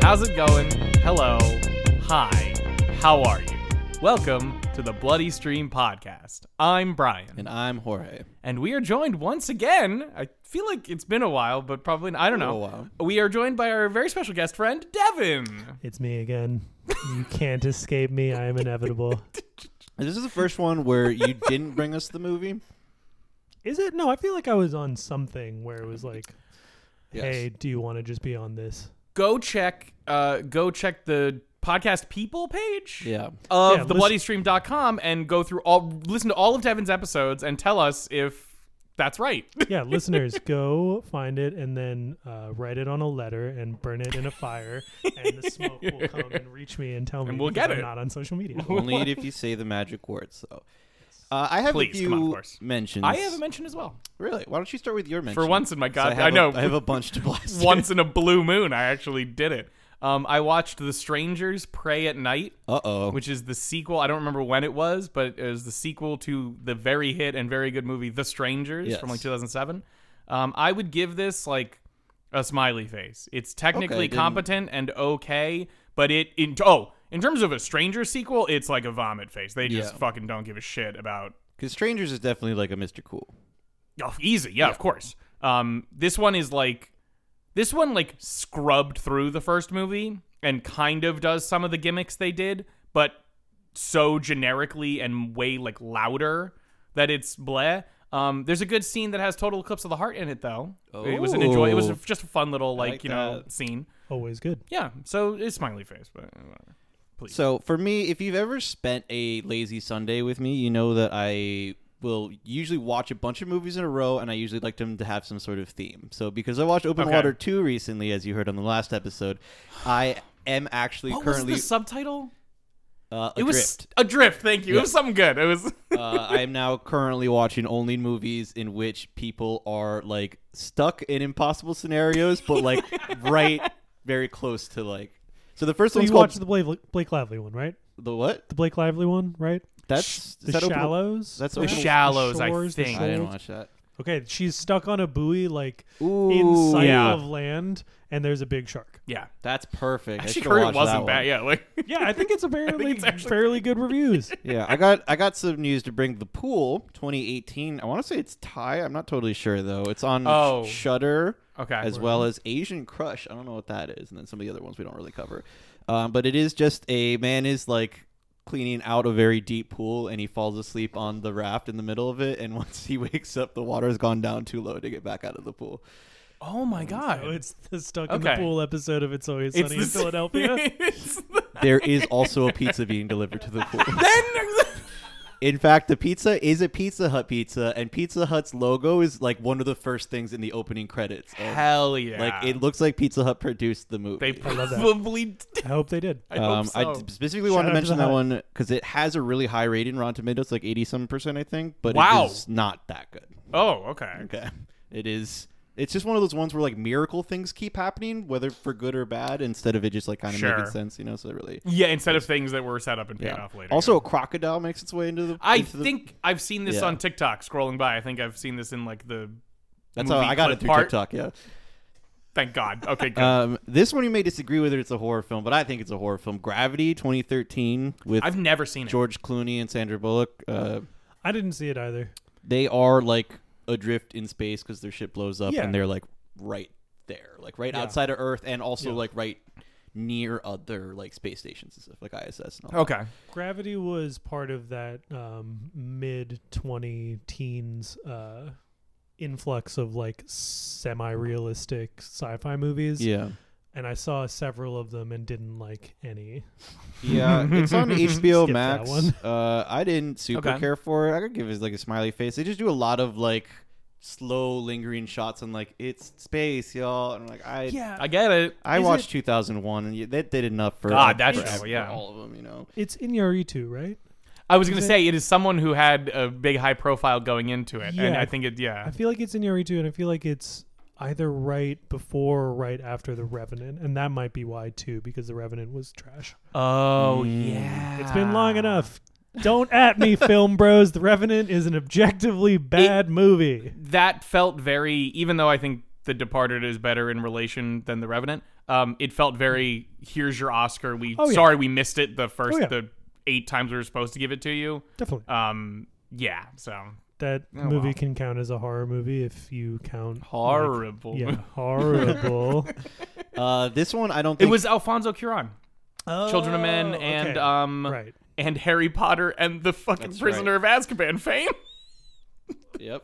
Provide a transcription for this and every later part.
How's it going? Hello. Hi. How are you? Welcome to the Bloody Stream Podcast. I'm Brian, And I'm Jorge. and we are joined once again. I feel like it's been a while, but probably I don't know. A while. We are joined by our very special guest friend, Devin. It's me again. You can't escape me. I am inevitable. This is the first one where you didn't bring us the movie. Is it? No, I feel like I was on something where it was like, hey, do you want to just be on this? Go check. Uh, go check the podcast people page. Yeah. Of Yeah, thebloodystream.com and go through all listen to all of Devin's episodes and tell us if that's right. Yeah, listeners, go find it and then uh, write it on a letter and burn it in a fire, and the smoke will come and reach me and tell me And we'll because get I'm it. not on social media. Only if you say the magic words, though. Uh, I have Please, a few come on, of course. mentions. I have a mention as well. really. Why don't you start with your mention? For once in my So god, have I, a- know. I have a bunch to blast. once in a blue moon, I actually did it. Um, I watched The Strangers Pray at Night, Uh oh. which is the sequel. I don't remember when it was, but it was the sequel to the very hit and very good movie The Strangers Yes. from like 2007. Um, I would give this like a smiley face. It's technically Okay, then- competent and okay, but it in oh in terms of a Stranger sequel, it's like a vomit face. They just Yeah. fucking don't give a shit about Because Strangers is definitely like a Mr. Cool. Oh, easy. Yeah, of course. Um, this one is like, this one like scrubbed through the first movie and kind of does some of the gimmicks they did, but so generically and way like louder that it's bleh. Um, there's a good scene that has total eclipse of the heart in it though. It was an enjoy. It was Oh. just a fun little like, like you know that. scene. Always good. Yeah. So it's smiley face, but uh, whatever. please. So for me, if you've ever spent a lazy Sunday with me, you know that I will usually watch a bunch of movies in a row, and I usually like them to have some sort of theme. So because I watched Open Okay. Water two recently, as you heard on the last episode, I am actually what currently was the subtitle? uh, It was adrift. adrift. Thank you. It was something good. It was. uh, I am now currently watching only movies in which people are like stuck in impossible scenarios, but like right very close to like. So the first So one's you called watched the Blake, Blake Lively one, right? the what? The Blake Lively one, right? That's The is that Open- Shallows. that's the Open- shallows. Shores, I the think. I didn't Shoals. watch that. Okay, she's stuck on a buoy like in Ooh, sight Yeah. of land, and there's a big shark. Yeah. that's perfect. I Actually, should've heard it watched that wasn't one. bad. Yeah. Like. Yeah, I think it's apparently it's actually fairly good reviews. Yeah, I got I got some news to bring. The pool 2018. I want to say it's Thai. I'm not totally sure though. It's on Oh. Shutter Okay. as well as Asian Crush. I don't know what that is, and then some of the other ones we don't really cover. Um, but it is just a man is like cleaning out a very deep pool, and he falls asleep on the raft in the middle of it. And once he wakes up, the water has gone down too low to get back out of the pool. Oh my god. Oh, it's the stuck in Okay. the pool episode of It's Always Sunny in the- Philadelphia. it's the- There is also a pizza being delivered to the pool. then In fact, the pizza is a Pizza Hut pizza, and Pizza Hut's logo is like one of the first things in the opening credits. of- hell yeah. Like it looks like Pizza Hut produced the movie. they Um, love that. probably. did. I hope they did. Um, I hope so. I d- specifically Shout wanted to out to mention the that Hut. one because it has a really high rating, Rotten Tomatoes, like eighty some percent, I think. But Wow. it is not that good. oh, okay. Okay, it is. It's just one of those ones where like miracle things keep happening, whether for good or bad, instead of it just like kind of Sure. making sense, you know. So it really, Yeah, instead of things that were set up and paid yeah. off later. Also, yeah. a crocodile makes its way into the. I into the- think I've seen this Yeah. on TikTok scrolling by. I think I've seen this in like the. that's how movie I got clip it through part. TikTok. Yeah. Thank God. Okay, good. Um, this one you may disagree whether it's a horror film, but I think it's a horror film. Gravity, 2013, with I've never seen it. George Clooney and Sandra Bullock. Uh, I didn't see it either. they are like adrift in space because their ship blows up, Yeah. and they're like right there, like right outside of Earth, and also like right near other like space stations and stuff, like ISS and all. Oh, that. okay. Gravity was part of that um, mid 20 teens uh, influx of like semi realistic sci fi movies. Yeah, And I saw several of them and didn't like any. yeah. It's on HBO Skip that Max. one. Uh, I didn't super Okay. care for it. I could give it like a smiley face. They just do a lot of like slow, lingering shots and like it's space, y'all. And I'm like, I I get it. I Is watched 2001, and y- that did enough for God, for that's- ev- for yeah. all of them. You know, It's E Inuyaritu, right? I was gonna it- say it is someone who had a big high profile going into it, and Yeah. I think it. Yeah. I feel like it's in E Inuyaritu, and I feel like it's either right before or right after the Revenant, and that might be why too, because the Revenant was trash. oh Mm. yeah. It's been Ah. long enough. Don't at me, film bros. The Revenant is an objectively bad movie. that felt very even though i think The Departed is better in relation than The Revenant. Um, it felt very here's your Oscar. We Oh, yeah. sorry we missed it the first Oh, yeah. the eight times we were supposed to give it to you. Definitely. Um, yeah, so that oh, movie wow. can count as a horror movie if you count. like- horrible. yeah, horrible. Uh, this one I don't. It think... was Alfonso Cuarón, Children of Men, Oh, and okay. um, right. and Harry Potter and the fucking That's Prisoner of Azkaban fame. Yep.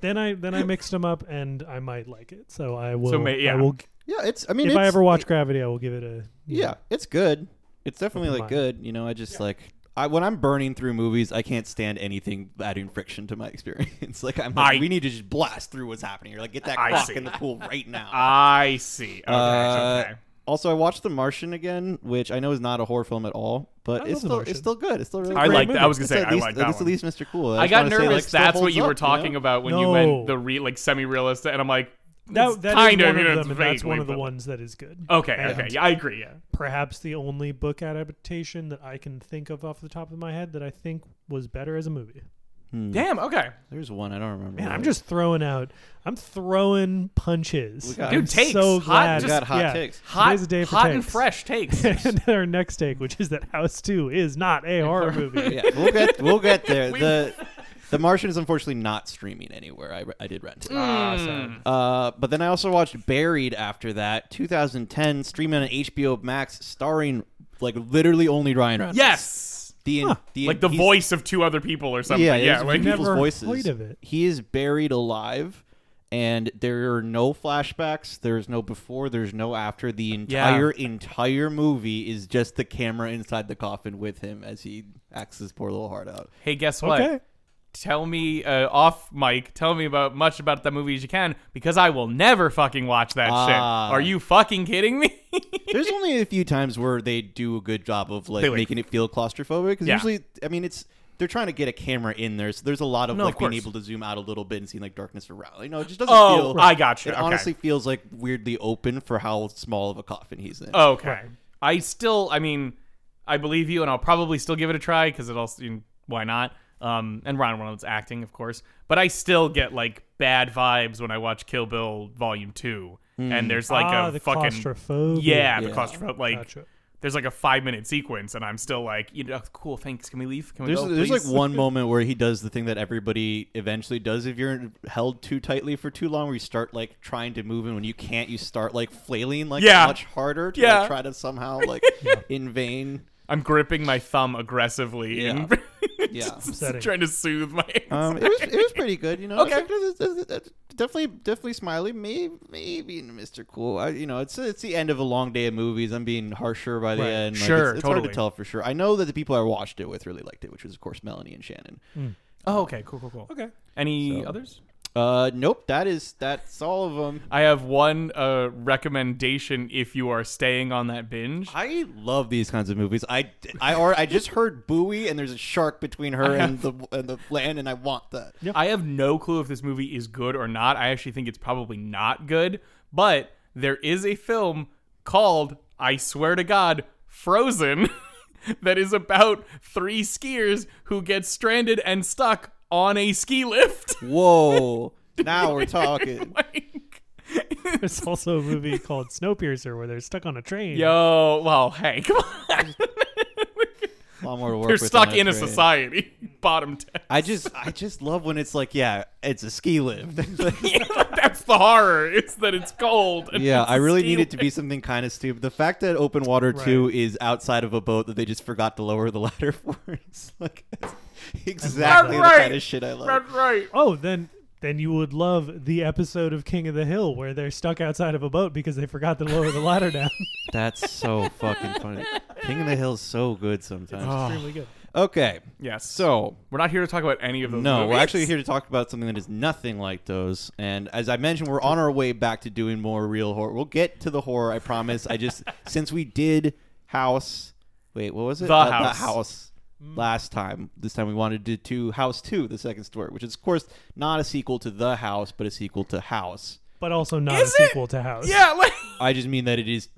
Then I then I mixed them up, and I might like it. So I will. ma- yeah. I will. g- Yeah, it's. I mean, if I it's- ever watch Gravity, I will give it a. Yeah, it's good. It's definitely Open like mind. good. You know, I just like I when I'm burning through movies, I can't stand anything adding friction to my experience. like I'm like, I- we need to just blast through what's happening. You're like, get that I clock see. in the pool right now. I see. Okay, Uh, okay. Also, I watched The Martian again, which I know is not a horror film at all, I but love it's The still Martian. it's still good. It's still really. a I good. great like. movie. that- I was gonna It's say at I least, like that It's at one. least Mr. Cool. I just got wanna say, like, nervous. still That's what holds you were up, know? talking about when you No. went the re like semi realistic, and I'm like, That, it's that is kind of, one you know, of it's them, and that's vaguely, one of the but- Oh. ones that is good. Okay, And okay, yeah, I agree. Yeah, Perhaps the only book adaptation that I can think of off the top of my head that I think was better as a movie. Hmm. damn. Okay, There's one I don't remember. Man, I'm what- just throwing out. I'm throwing punches. We got- I'm Dude, takes. So Hot- glad. we just- got hot yeah. takes. hot, Today's a day for hot and takes. fresh takes. and our next take, which is that House Two is not a horror movie. yeah, we'll get we'll get there. We- the The Martian is unfortunately not streaming anywhere. I, I did rent it. Ah, sorry. Uh, but then I also watched Buried after that, 2010, streaming on HBO Max, starring like literally only Ryan Reynolds. yes, the, the like the he's- voice of two other people or something. Yeah, Yeah, yeah, like, never people's voices. heard of it. He is buried alive, and there are no flashbacks. There's no before. There's no after. The Yeah. entire entire movie is just the camera inside the coffin with him as he acts his poor little heart out. hey, guess what? Okay. Tell me uh, off mic. Tell me about much about the movie as you can, because I will never fucking watch that shit. Ah. Are you fucking kidding me? There's only a few times where they do a good job of like, They, like- making it feel claustrophobic because Yeah. usually, I mean, it's they're trying to get a camera in there, so there's a lot of No, like of being course. able to zoom out a little bit and seeing like darkness around. You know, it just doesn't oh, feel. I got you. It okay. honestly feels like weirdly open for how small of a coffin he's in. Okay. Right. I still, I mean, I believe you, and I'll probably still give it a try because it also, you know, why not? Um, and Ryan Reynolds acting, of course. But I still get like bad vibes when I watch Kill Bill Volume Two, and there's like ah, a the fucking claustrophobia. yeah, the Hmm. Yeah. claustrophobia. Like, Gotcha. there's like a five minute sequence, and I'm still like, you know, cool, thanks. Can we leave? Can we There's, go? there's like please?" one moment where he does the thing that everybody eventually does if you're held too tightly for too long, where you start like trying to move, and when you can't, you start like flailing like Yeah. much harder to Yeah. like, try to somehow like in vain. I'm gripping my thumb aggressively Yeah. and Yeah. Upsetting. trying to soothe my. Um, it was it was pretty good, you know. Okay. It's like, it's- it's- it's definitely definitely Smiley, maybe maybe Mr. Cool. I, you know, it's it's the end of a long day of movies. I'm being harsher by the Right. end. Like, Sure, it's, it's hard totally. to tell for sure. I know that the people I watched it with really liked it, which was of course Melanie and Shannon. oh, okay, cool, cool, cool. Okay. Any So- others? Uh, nope, that is that's all of them. I have one uh, recommendation if you are staying on that binge. I love these kinds of movies. I I or I just heard Bowie and there's a shark between her and the and the land, and I want that. I have no clue if this movie is good or not. I actually think it's probably not good, but there is a film called, I swear to God, Frozen, that is about three skiers who get stranded and stuck on a ski lift. Whoa, now we're talking. like, There's also a movie called Snowpiercer where they're stuck on a train. yo, well, hey, come on. A lot more to work They're with stuck on that in a train. society. Bottom 10. I just I just love when it's like, yeah, it's a ski lift. That's the horror. It's that it's cold. and yeah, it's I a really ski need it to be something kind of stupid. The fact that Open Water 2 is outside of a boat that they just forgot to lower the ladder for is like exactly the Right, kind of shit I love. That's right. Oh, then then you would love the episode of King of the Hill where they're stuck outside of a boat because they forgot to lower the ladder down. That's so fucking funny. King of the Hill's so good sometimes. Extremely good. Oh. Okay. Yes. So, We're not here to talk about any of those. no, movies. we're actually here to talk about something that is nothing like those. And as I mentioned, we're on our way back to doing more real horror. We'll get to the horror, I promise. I just since we did House, wait, what was it? The Uh, House. Mm. House last time. This time we wanted to do House Two, the second story, which is of course not a sequel to The House, but a sequel to House. But also not Is a sequel to House. Yeah, like I just mean that it is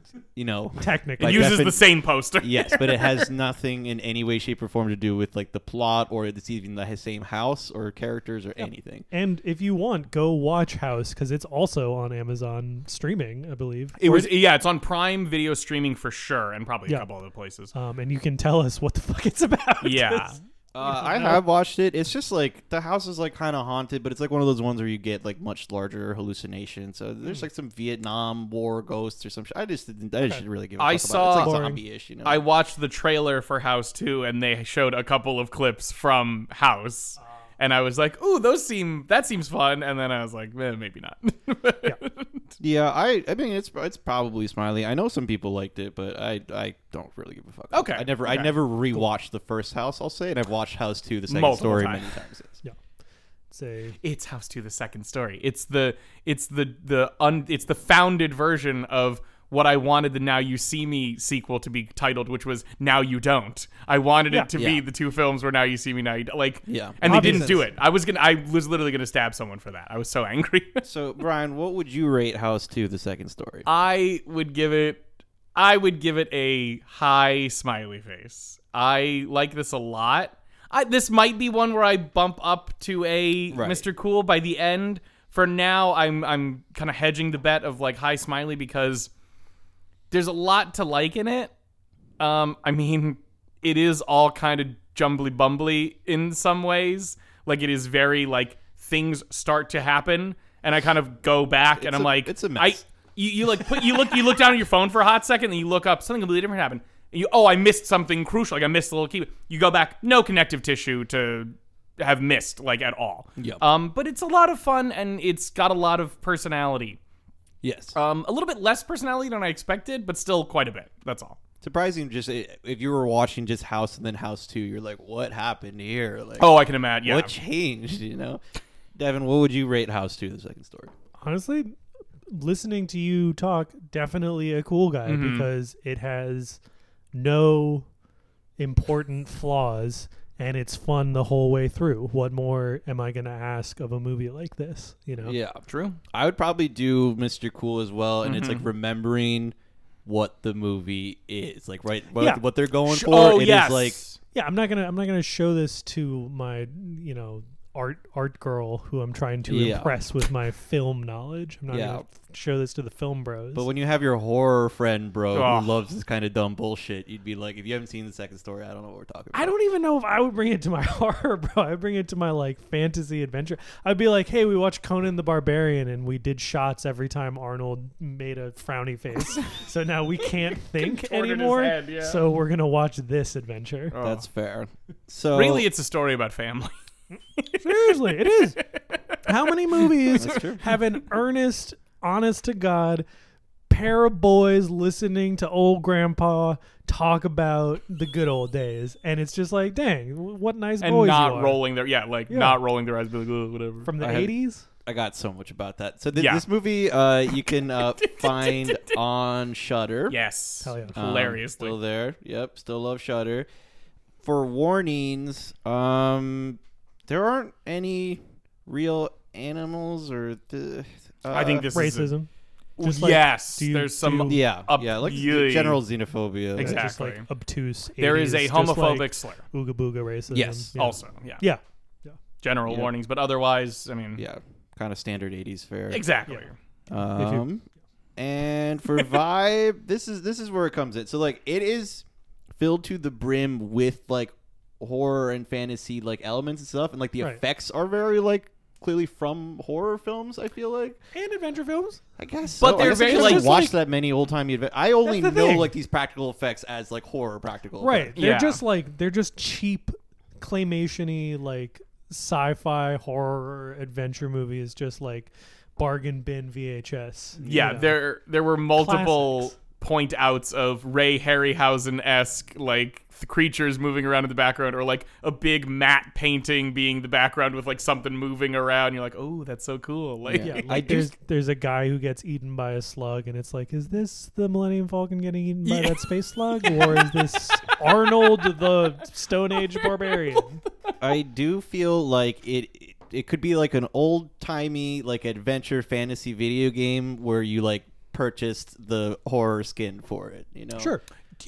you know, Technically, It Like, uses defin- the same poster. yes, but it has nothing in any way, shape, or form to do with like the plot or it's even the same house or characters or anything. And if you want, go watch House because it's also on Amazon streaming, I believe. It was yeah, it's on Prime Video streaming for sure, and probably Yeah. a couple other places. Um, and you can tell us what the fuck it's about. yeah, Uh, I have watched it. It's just like the house is like kind of haunted, but it's like one of those ones where you get like much larger hallucinations. So Hmm. there's like some Vietnam War ghosts or some shit. I just didn't. I just should really give. A I fuck about it. It's saw- like Boring. zombie-ish, you know. I watched the trailer for House 2 and they showed a couple of clips from House. And I was like, "Ooh, those seem that seems fun." And then I was like, eh, "Maybe not." yeah, I. I mean, it's it's probably Smiley. I know some people liked it, but I I don't really give a fuck. about Okay, it. I never okay. I never rewatched the first house. I'll say, and I've watched House Two, the second Multiple story, times. many times. Yes. Say, it's House 2: The Second Story. It's the it's the the un, it's the founded version of what I wanted the Now You See Me sequel to be titled, which was Now You Don't. I wanted Yeah. it to Yeah. be the two films were Now You See Me, Now You Don't. Like, Yeah. and they didn't Obvious. do it. I was gonna, I was literally gonna stab someone for that. I was so angry. So Brian, what would you rate House Two, the second story? I would give it I would give it a high smiley face. I like this a lot. I, this might be one where I bump up to a Right. Mr. Cool by the end. For now, I'm I'm kind of hedging the bet of like high smiley because there's a lot to like in it. Um, I mean, it is all kind of jumbly bumbly in some ways. Like it is very like things start to happen, and I kind of go back and It's I'm a- like, it's I, a mess. you, you like put you look you look down at your phone for a hot second, then you look up something completely different happened. And You oh I missed something crucial. Like I missed a little key. You go back, no connective tissue to have missed like at all. Yep. Um, but it's a lot of fun and it's got a lot of personality. Yes. Um, a little bit less personality than I expected, but still quite a bit. That's all. surprising just i- if you were watching just house and then house 2 you're like what happened here like Oh, I can imagine. Yeah. what changed you know devin what would you rate house 2 the second story honestly, listening to you talk, definitely a cool guy Mm-hmm. because it has no important flaws and it's fun the whole way through. What more am I going to ask of a movie like this? You know? yeah True. Mm-hmm. i would probably do mr cool as well and it's like remembering what the movie is like right what, Yeah. what they're going Sh- for oh It is yes. like yeah i'm not gonna i'm not gonna show this to my you know art art girl who i'm trying to Yeah. impress with my film knowledge i'm not Yeah. gonna f- show this to the film bros but when you have your horror friend bro Oh. who loves this kind of dumb bullshit you'd be like if you haven't seen the second story i don't know what we're talking about i don't even know if i would bring it to my horror bro i bring it to my like fantasy adventure i'd be like hey we watched conan the barbarian and we did shots every time arnold made a frowny face so now we can't think Contorted his anymore head, yeah. Oh. so we're gonna watch this adventure that's fair so Really, it's a story about family. Seriously, it is. How many movies That's true. have an earnest, honest to God pair of boys listening to old grandpa talk about the good old days? And it's just like, dang, wh- what nice and boys you not are. rolling their yeah, like Yeah. not rolling their eyes, be like "Ugh, whatever. Uh, from the I had- 80s. I got so much about that. So th- Yeah. this movie, uh, you can uh, find on Shutter. yes, Hell yeah. Um, hilariously. still there. Yep, still love Shutter. For warnings, um, there aren't any real animals or. Th- uh, I think this is Racism. a- just like, yes. do you there's some do- Yeah, Up- yeah, like Yee. general xenophobia. Exactly. Just like obtuse. there is 80s, a just homophobic like slur. Ooga booga racism. Yes, Yeah. Also, yeah. Yeah. General Yeah. warnings, but otherwise, I mean, Yeah, kind of standard '80s fare. exactly. Yeah. If you- Um, and for vibe, this is this is where it comes in. So like it is filled to the brim with like horror and fantasy like elements and stuff, and like the Right. effects are very like clearly from horror films. I feel like And adventure films. I guess, But so. I they're guess I very, just like- haven't watched that many old timey. Adve- I only know That's the thing. like these practical effects as like horror practical. Right. effects. They're Yeah. just like they're just cheap claymationy like sci-fi horror adventure movies just like bargain bin VHS. you Yeah, know. there there were multiple Classics. point outs of Ray Harryhausen esque like th- creatures moving around in the background, or like a big matte painting being the background with like something moving around. You're like, oh, that's so cool. Like, yeah, like I there's just- there's a guy who gets eaten by a slug, and it's like, is this the Millennium Falcon getting eaten by Yeah. that space slug, or is this Arnold the Stone Age barbarian? I do feel like it. it could be like an old timey like adventure fantasy video game where you like purchased the horror skin for it. You know, Sure.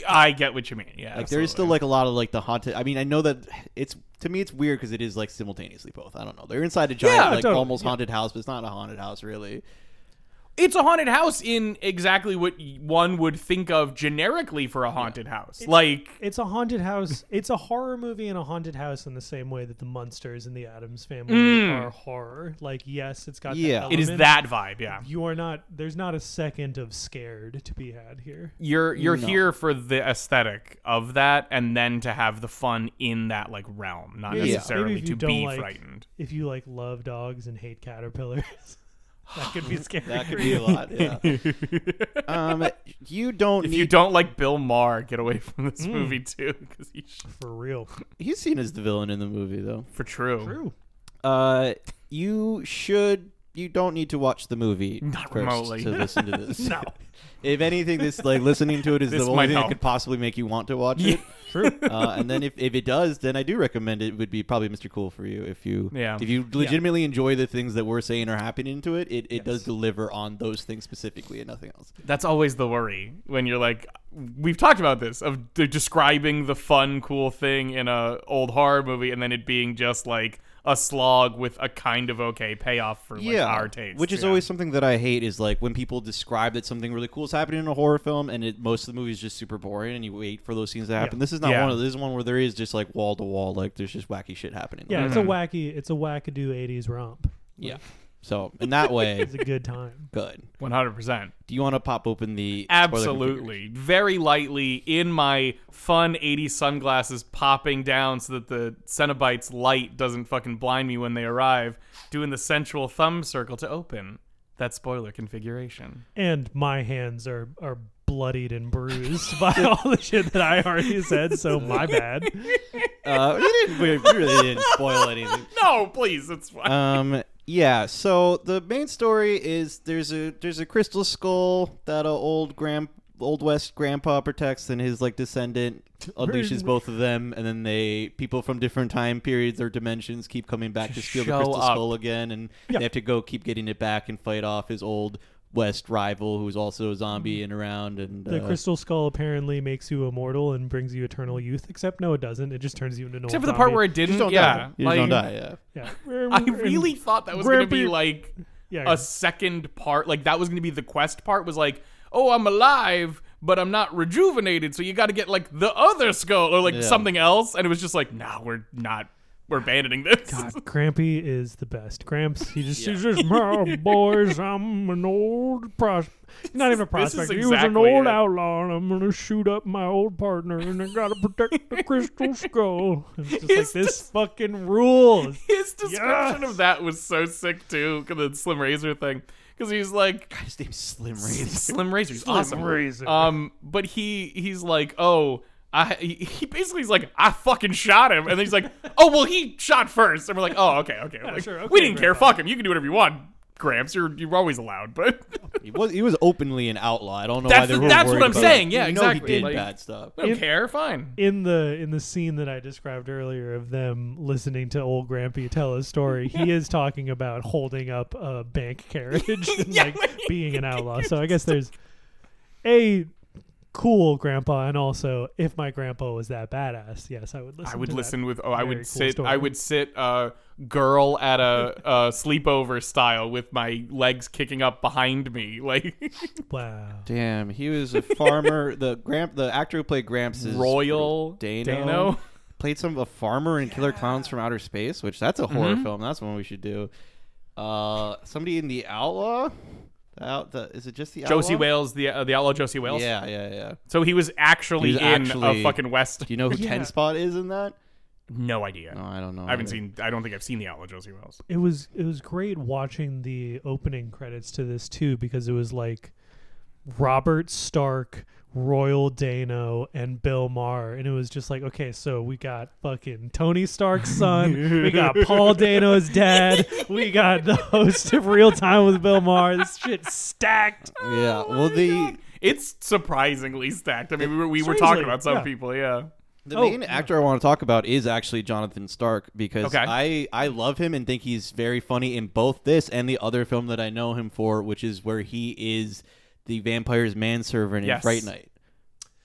I get what you mean. Yeah, Like there is still absolutely. like a lot of like the haunted. I mean, I know that it's to me it's weird because it is like simultaneously both. I don't know. They're inside a giant Yeah, like totally. almost haunted house, but it's not a haunted house really. it's a haunted house in exactly what y- one would think of generically for a haunted house. like It's a haunted house. It's a horror movie and a haunted house in the same way that the Munsters and the Adams family Mm. are horror. Like, yes, it's got Yeah. that it is element. that vibe. Yeah, You are not. There's not a second of scared to be had here. you're you're No. here for the aesthetic of that, and then to have the fun in that like realm, not Maybe- necessarily maybe if to you don't be like- frightened. If you like love dogs and hate caterpillars, that could be scary. That could for be a you. lot. Yeah. um, you don't If need. you don't like Bill Maher, get away from this Hmm. movie too, because he's for real. He's seen as the villain in the movie though. for true. True. Uh, you should. You don't need to watch the movie Not first remotely. to listen to this. No. If anything, this like listening to it is This the only might thing help. that could possibly make you want to watch Yeah. it. Uh, and then if, if it does, then I do recommend it. Would be probably Mr. Cool for you if you Yeah. if you legitimately enjoy the things that we're saying are happening into it. It, it does deliver on those things specifically and nothing else. That's always the worry when you're like, we've talked about this of de- describing the fun, cool thing in a old horror movie, and then it being just like a slog with a kind of okay payoff for like, our taste, Which is always something that I hate is like when people describe that something really cool is happening in a horror film and it, most of the movie is just super boring and you wait for those scenes to happen. This is not Yeah. one of this is one where there is just like wall to wall, like there's just wacky shit happening. Yeah, it's a wacky. It's a wackadoo '80s romp. Yeah. So in that way, It's a good time. good. one hundred percent, Do you want to pop open the spoiler configuration? absolutely, very lightly in my fun '80s sunglasses, popping down so that the Cenobites' light doesn't fucking blind me when they arrive, doing the sensual thumb circle to open that spoiler configuration. and my hands are are bloodied and bruised by all the shit that I already said. So my bad. Uh, we didn't. We really didn't spoil anything. No, please, it's fine. Um. Yeah. So the main story is there's a there's a crystal skull that a old grand old west grandpa protects, and his like descendant unleashes both of them, and then they people from different time periods or dimensions keep coming back to steal the show crystal up. skull again, and they have to go keep getting it back and fight off his old west rival who's also a zombie and around and The uh, crystal skull apparently makes you immortal and brings you eternal youth. Except no, it doesn't. It just turns you into an Except for old the part zombie. where it didn't. just don't Mm, yeah, die. You just don't die. Yeah. yeah. I really thought that was going to be Grampy- like yeah. a second part. Like that was going to be the quest part. Was like, oh, I'm alive, but I'm not rejuvenated. So you got to get like the other skull or like Yeah. something else. And it was just like, nah, we're not. We're abandoning this. God, Grampy is the best. Gramps, he just, he's just, my boys, I'm an old prospect. Not even a This is prospect. he was an exactly old it. outlaw, and I'm going to shoot up my old partner, and I got to protect the crystal skull. And It's just It's like, this fucking rules. His description Yes. of that was so sick too. 'cause The Slim Razor thing, because he's like, God, his name's Slim Raiders. Slim Razor. He's awesome. Razor. Um, but he he's like, oh, I he he basically is like, I fucking shot him, and then he's like, oh well, he shot first, and we're like, oh okay okay, Like, sure, okay, we didn't care, Grandpa." fuck him, you can do whatever you want, Gramps, you're you're always allowed, but He was he was openly an outlaw. I don't know That's why they the- were that's worried what I'm about saying. it. Yeah, you Know exactly. he did Like- bad stuff. I don't care, fine. in the in the scene that I described earlier of them listening to old Grampy tell his story, he is talking about holding up a bank carriage and Yeah, like like- being an outlaw. So I guess there's a cool grandpa and also if my grandpa was that badass, yes, I would listen I would to that. listen with oh I Very would cool sit I story. would sit uh girl at a uh sleepover style with my legs kicking up behind me like Wow. Damn, he was a farmer. the Gramp, the actor who played Gramps is Royal Dano. Dano. Played some a farmer in Killer Clowns from Outer Space, which that's a horror Mm-hmm. film. That's one we should do. Uh, somebody in the Outlaw. The out the is it just the Josie Outlaw? Wales the uh, the outlaw Josie Wales Yeah, yeah, yeah. so he was actually He was in a actually- fucking west Do you know who Yeah. Ten Spot is in that? no idea No, I don't know. I haven't either. seen. I don't think I've seen the Outlaw Josie Wells. It was it was great watching the opening credits to this too because it was like Robert Stark, Royal Dano, and Bill Maher, and it was just like, okay, so we got fucking Tony Stark's son, we got Paul Dano's dad, we got the host of Real Time with Bill Maher. This shit's stacked. Oh Yeah, well the It's surprisingly stacked. I mean, we were, we were Strangely, talking about some yeah. people. Yeah, The Oh, main actor I want to talk about is actually Jonathan Stark because Okay. I, I love him and think he's very funny in both this and the other film that I know him for, which is where he is the vampire's manservant in Yes. Fright Night.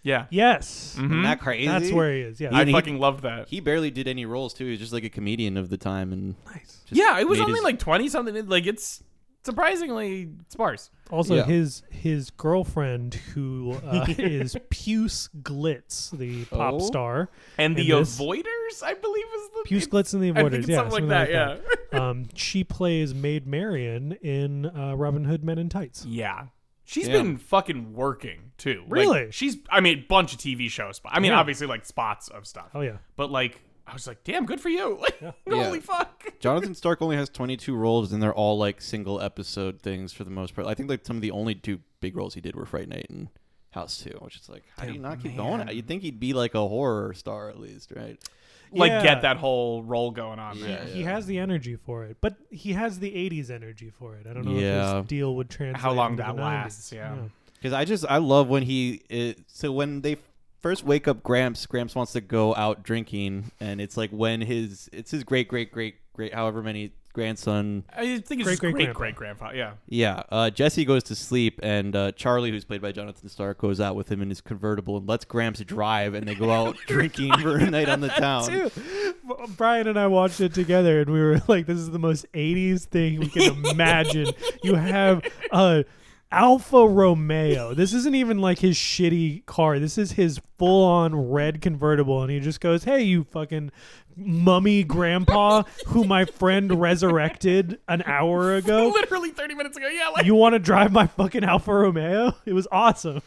Yeah. Yes. Mhm. Isn't that crazy? That's where he is. Yeah. I And he- fucking love that. he barely did any roles too. He was just like a comedian of the time, and nice. just yeah, it was made only his- like 20 something. Like, it's surprisingly sparse. Also, Yeah. his his girlfriend, who uh, is Puce Glitz, the pop Oh. star. And the In this- Avoiders, I believe, is the. Puce Glitz and the I Avoiders. think it's yeah, something like that, yeah. that. um, she plays Maid Marian in uh, Robin Hood Men in Tights. Yeah. she's Yeah. been fucking working too. Like, Really? she's, I mean, bunch of TV shows. I mean, Yeah. obviously, like spots of stuff. Oh yeah. But, like, I was like, damn, good for you. Like, Yeah. holy fuck. Jonathan Stark only has 22 roles, and they're all like single episode things for the most part. I think like some of the only two big roles he did were Fright Night and House 2, which is like, how do you not keep going? You'd think he'd be like a horror star at least, right? Like, Yeah. get that whole role going on there. Yeah, He has the energy for it, but he has the '80s energy for it. I don't know if Yeah. his deal would translate. How long into that the 90s. lasts, yeah. Because I just, I love when he, it, so when they first wake up Gramps, Gramps wants to go out drinking, and it's like when his, it's his great, great, great, great, however many grandson I think it's Great, just great great great grandpa. great grandfather. Yeah. Yeah, uh, Jesse goes to sleep, and uh, Charlie, who's played by Jonathan Stark, goes out with him in his convertible and lets Gramps drive, and they go out drinking for a night on the town. Dude, B- Brian and I watched it together, and we were like, "This is the most '80s thing we can imagine." you have uh, Alfa Romeo. This isn't even like his shitty car. This is his full-on red convertible, and he just goes, "Hey, you fucking mummy grandpa, who my friend resurrected an hour ago." Literally 30 minutes ago. Yeah. Like, You want to drive my fucking Alfa Romeo? It was awesome.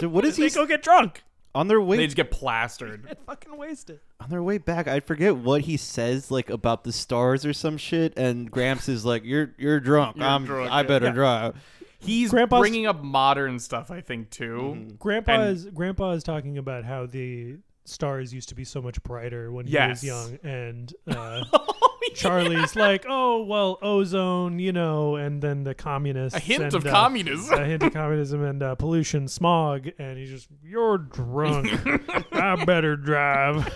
Dude, what is They he go get drunk. on their they way just get plastered. Fucking wasted. on their way back? I forget what he says, like about the stars or some shit. And Gramps is like, "You're you're drunk. I'm, drunk, I yeah." better drive." He's Grandpa's- Mm-hmm. bringing up modern stuff, I think, too. Grandpa And- is Grandpa is talking about how the stars used to be so much brighter when he Yes. was Oh, young, and uh, Charlie's like, "Oh well, ozone, you know," and then the communists, A hint and, of uh, communism. a hint of communism and uh, pollution, smog, and he's just, "You're drunk. I better drive."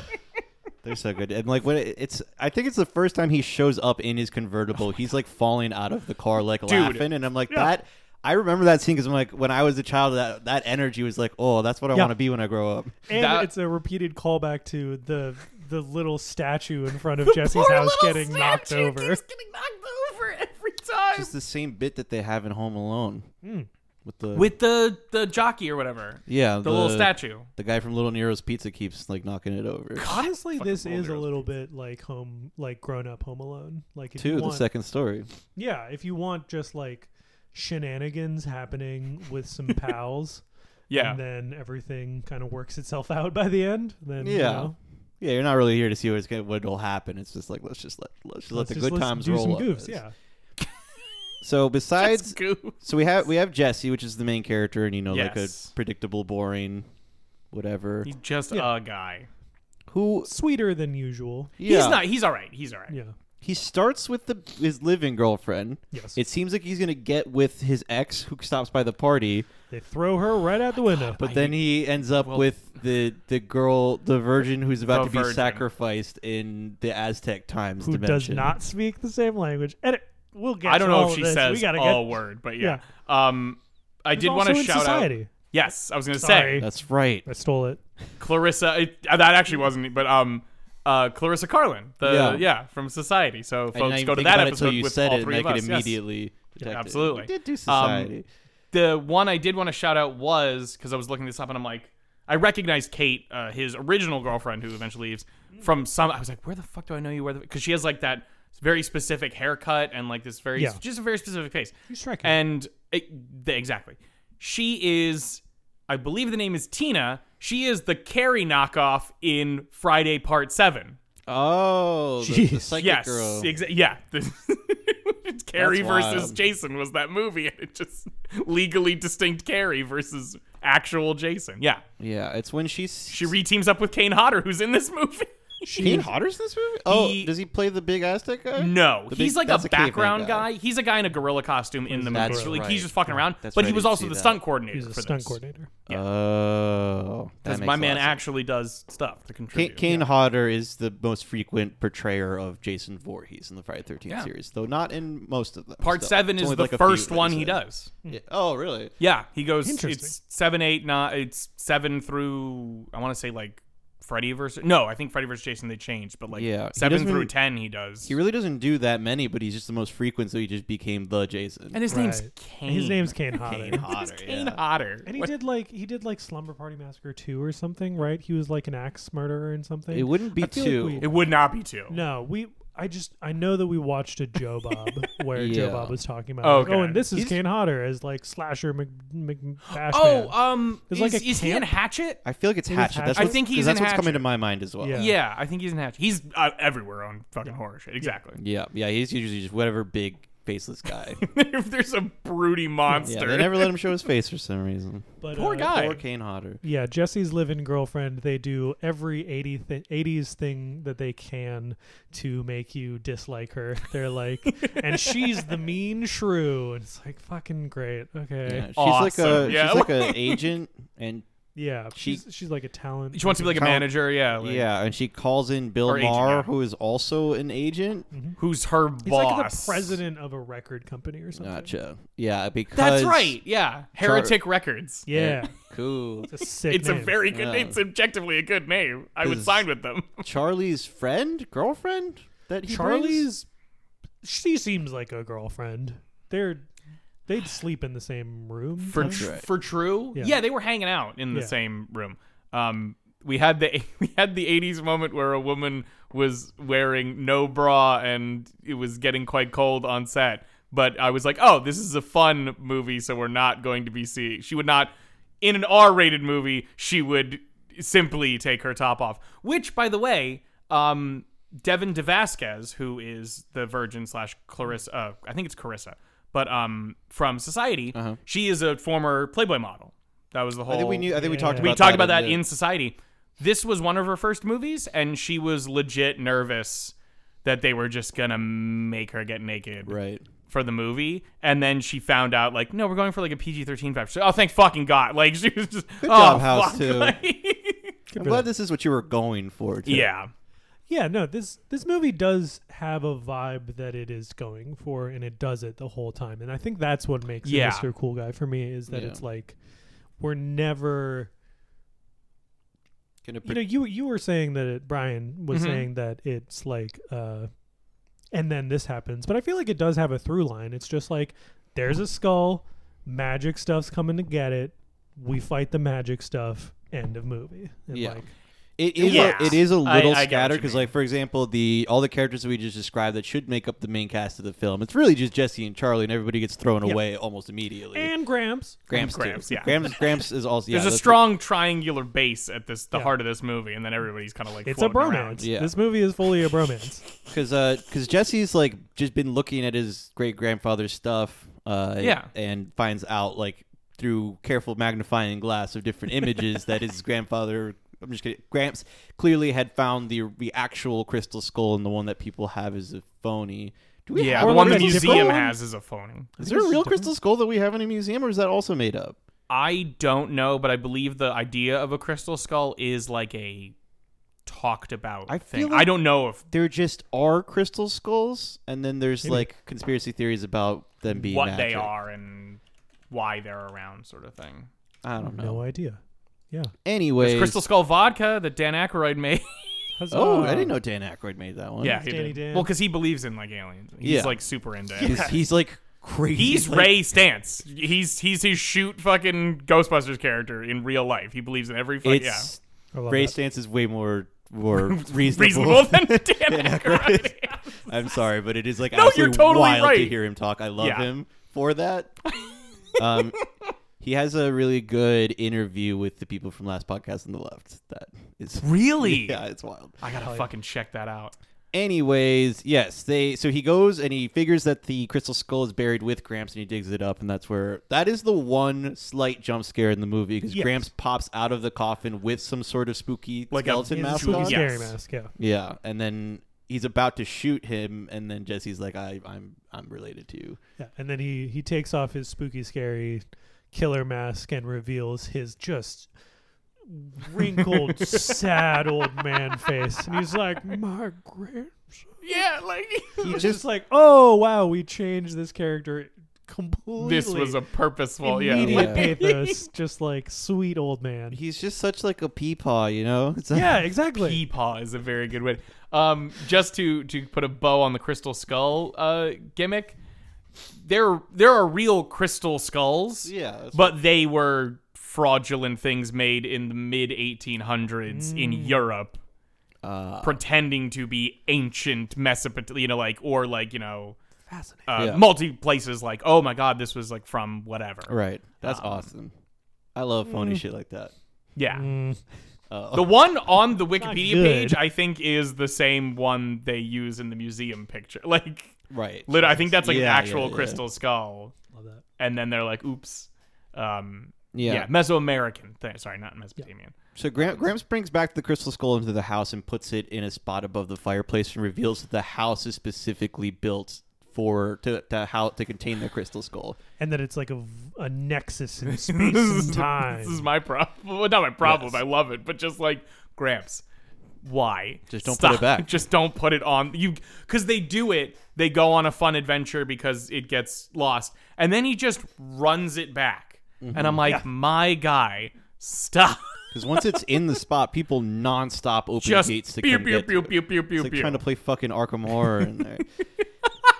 They're so good. And like when it, it's, I think it's the first time he shows up in his convertible. He's like falling out of the car, like laughing, and I'm like that. I remember that scene because I'm like, when I was a child, that that energy was like, oh, that's what I Yeah. want to be when I grow up. And That- it's a repeated callback to the the little statue in front of Jesse's Poor house little getting statue knocked over. keeps getting knocked over every time. It's the same bit that they have in Home Alone Hmm. with the With the, the jockey or whatever. yeah The, little statue. The guy from Little Nero's Pizza keeps like knocking it over. Honestly, fucking this Little is a Nero's little bit like home, like grown up Home Alone. Like if Two, you the want, second story. yeah, if you want just like shenanigans happening with some pals, Yeah. and then everything kind of works itself out by the end, then you Yeah. know, Yeah, you're not really here to see what's gonna, what'll happen. It's just like let's just let let's just let let's the just good let's times do roll. some on goofs, us. yeah. So It's besides goo. So we have we have Jesse, which is the main character, and you know, like Yes. a predictable, boring, whatever. He's just Yeah. a guy. Who? Sweeter than usual. Yeah, He's not. He's all right. He's all right. Yeah. He starts with the his living girlfriend. Yes. It seems like he's gonna get with his ex, who stops by the party, they throw her right out the window. but then he ends up with the the girl, the virgin, who's about The to be virgin. sacrificed in the Aztec times who does dimension. not speak the same language? And it, we'll get. I don't to all know if of she this. says we gotta a get, word, but yeah. Um, I did want to also in shout out. society. Yes, I was going to Sorry. say That's right. I stole it. Clarissa. It, uh, that actually wasn't, but um, uh, Clarissa Carlin, the Yeah. yeah, from Society. So I didn't folks, even go to think that about it episode till you with said all it, three of and I could us. yes. immediately. detect it. absolutely. Um, We did do society. the one I did want to shout out was because I was looking this up and I'm like, I recognized Kate, uh, his original girlfriend who eventually leaves from some. I was like, where the fuck do I know you? Where because she has like that very specific haircut and like this very Yeah. just a very specific face. You strike me. And it, the- exactly, she is. I believe the name is Tina. She is the Carrie knockoff in Friday Part Seven. oh, the, the Jeez. psychic Yes, girl. exa- yeah. It's Carrie That's versus wild. Jason was that movie, and it just legally distinct Carrie versus actual Jason. Yeah, Yeah, it's when she's she reteams up with Kane Hodder, who's in this movie. Kane Hodder's in this movie? Oh, does he play the big Aztec guy? No, The he's big- like that's a a caveman background guy. guy. He's a guy in a gorilla costume in the movie. That's So, like, right. He's just fucking around. That's but right, he I was didn't also see the that. stunt coordinator He's a for stunt this. coordinator. Yeah. Oh, that Because makes my a lot man of sense. actually does stuff to Ca- contribute. Kane Hodder is the most frequent portrayer of Jason Voorhees in the Friday Thirteenth Yeah. series, though not in most of them. Part still. seven It's is only the like a few first that one he's he in. does. Yeah. Oh, really? Yeah, he goes. Interesting. It's seven, eight, nine. It's seven through. I want to say like Freddy versus. No, I think Freddy versus Jason they changed, but like Yeah, he seven doesn't through really- ten he does. He really doesn't do that many, but he's just the most frequent, so he just became the Jason. and his name's Right. Mm. Kane. His name's Kane Hodder. Kane Hodder. Kane yeah. Hodder. And he What- did like he did like Slumber Party Massacre two or something, right? He was like an axe murderer and something. It wouldn't be I feel like two. we- It would not be two. no, we. I just I know that we watched a Joe Bob where Joe Yeah. Bob was talking about. Oh, like, oh, okay. and this is He's- Kane Hodder as like slasher Mc, Mc Bashman. Oh, um, is, It's like a is he in camp- Hatchet? I feel like it's He was Hatchet. That's Hatchet. I what- think 'cause he's that's in what's coming Hatchet. to my mind as well. Yeah. Yeah. I think he's in Hatchet. He's uh, everywhere on fucking horror shit. Exactly. yeah, yeah. He's usually just whatever big faceless guy. if there's a broody yeah, monster, they never let him show his face for some reason. but, poor uh, guy. Poor Kane Hodder. Yeah, Jesse's live-in girlfriend. They do every 80 th- 80s thing that they can to make you dislike her. They're like, and she's the mean shrew. And it's like fucking great. Yeah, Okay, she's like Awesome. a Yeah. she's like an agent, and yeah, She- she's she's like a talent. she wants to be like a Count- manager. Yeah. like, yeah, and she calls in Bill Or agent, Maher, yeah. Mm-hmm. who is also an agent. Who's her He's boss? like the president of a record company or something. Gotcha. Yeah, because That's right. Yeah. Heretic Records. Yeah, Cool. it's a sick. It's a name. very good Yeah. name. It's objectively a good name. I would 'Cause- sign with them. Charlie's friend, girlfriend that he brings? Charlie's. She seems like a girlfriend. They're they'd sleep in the same room. For kinda? tr- right. for true, Yeah. yeah. they were hanging out in the Yeah. same room. Um, we had the we had the '80s moment where a woman was wearing no bra and it was getting quite cold on set. But I was like, oh, this is a fun movie, so we're not going to be seeing. She would not in an R-rated movie. She would simply take her top off. Which, by the way, um, Devin DeVasquez, who is the Virgin slash Clarissa, uh, I think it's Clarissa, but um, from Society, she is a former Playboy model. That was the whole. Uh-huh. I think we knew. I think we talked. Yeah. About We we talked about that the- in Society. This was one of her first movies, and she was legit nervous that they were just gonna make her get naked right. for the movie, and then she found out like, no, we're going for like a PG thirteen five. So, oh, thank fucking god! Like she was just oh job, House fuck. too. Like- I'm glad this is what you were going for. too. yeah, Yeah, no, this this movie does have a vibe that it is going for and it does it the whole time. And I think that's what makes it Yeah. Mr. Cool Guy for me is that Yeah. it's like we're never Gonna pre- you know, you you were saying that it Brian was Mhm. Mm-hmm. saying that it's like uh and then this happens. But I feel like it does have a through line. It's just like there's a skull, magic stuff's coming to get it, we fight the magic stuff, end of movie. And Yeah. like It is. Yeah. A, it is a I- little I get what scattered you because, mean. like, for example, the all the characters that we just described that should make up the main cast of the film. It's really just Jesse and Charlie, and everybody gets thrown Yeah. away almost immediately. and Gramps. Gramps, too. Gramps, yeah. Gramps, Gramps is also. Yeah, there's a that's- strong triangular base at this the Yeah. heart of this movie, and then everybody's kind of like It's a floating bromance. around. Yeah. This movie is fully a bromance. because uh, cause Jesse's like just been looking at his great grandfather's stuff, uh, Yeah. and finds out like through careful magnifying glass of different images that his grandfather. I'm just kidding. Gramps clearly had found the the actual crystal skull, and the one that people have is a phony. Do we Yeah, have the Or one the like a different museum one? has is a phony. Is there a real crystal skull that we have in a museum, or is that also made up? I don't know, but I believe the idea of a crystal skull is like a talked about I thing. feel like- I don't know if There just are crystal skulls, and then there's Maybe. like conspiracy theories about them being what they magic. are and why they're around, sort of thing. I don't know. No idea. Yeah. Anyways, There's Crystal Skull vodka that Dan Aykroyd made. Oh, I didn't know Dan Aykroyd made that one. Um, yeah, he Danny did. Dan. Well, because he believes in like aliens. He's Yeah. like super into it. He's, he's like crazy. He's like, Ray Stance. He's he's his shoot fucking Ghostbusters character in real life. He believes in every fucking yeah. It's I love Ray that. Stance is way more more reasonable. Reasonable than Dan Dan Aykroyd. I'm sorry, but it is like No, absolutely you're totally wild to right. hear him talk. I love Yeah. him for that. Um, he has a really good interview with the people from last podcast on the left. That is really? yeah, it's wild. I gotta fucking check that out. Anyways, yes, they so he goes and he figures that the crystal skull is buried with Gramps and he digs it up and that's where that is the one slight jump scare in the movie because Yes. Gramps pops out of the coffin with some sort of spooky Like a- skeleton It's He's a mask spooky on. Yeah. scary Yes. mask. Yeah. Yeah, and then he's about to shoot him and then Jesse's like I I'm I'm related to you. Yeah. And then he he takes off his spooky scary killer mask and reveals his just wrinkled, sad old man face, and he's like, "My grand." Yeah, like He just like, "Oh wow, we changed this character completely." this was a purposeful. Yeah, immediate Yeah. pathos, just like sweet old man. He's just such like a peepaw, you know? It's like- yeah, exactly. Peepaw is a very good way. Um, just to to put a bow on the crystal skull uh, gimmick, there there are real crystal skulls. Yeah, that's but they were fraudulent things made in the mid 1800s in Mm. Europe, uh, pretending to be ancient Mesopotamia, you know, like or like you know, Fascinating. uh, Yeah. multi places. Like, oh my god, this was like from whatever. right. That's awesome. I love phony shit like that. Yeah. Mm, Uh, The one on the not Wikipedia good. page, I think, is the same one they use in the museum picture. Like, right. lit- I think that's like Yeah, an actual yeah, yeah. crystal skull. love that. And then they're like, oops. Um, yeah. Yeah. Mesoamerican. Thing. Sorry, not Mesopotamian. So Gram- Gramps brings back the crystal skull into the house and puts it in a spot above the fireplace and reveals that the house is specifically built for to to how to contain the crystal skull. And that it's like a, v- a nexus in space and time. This is my problem. Well, not my problem. Yes. I love it, but just like Gramps, why? Just don't put it back. Just don't put it on you because they do it. They go on a fun adventure because it gets lost, and then he just runs it back. Mm-hmm. And I'm like, my guy, stop. Because once it's in the spot, people nonstop open Just gates to pew, come pew, get pew, to it. pew, pew, pew, It's like pew. trying to play fucking Arkham Horror. In there.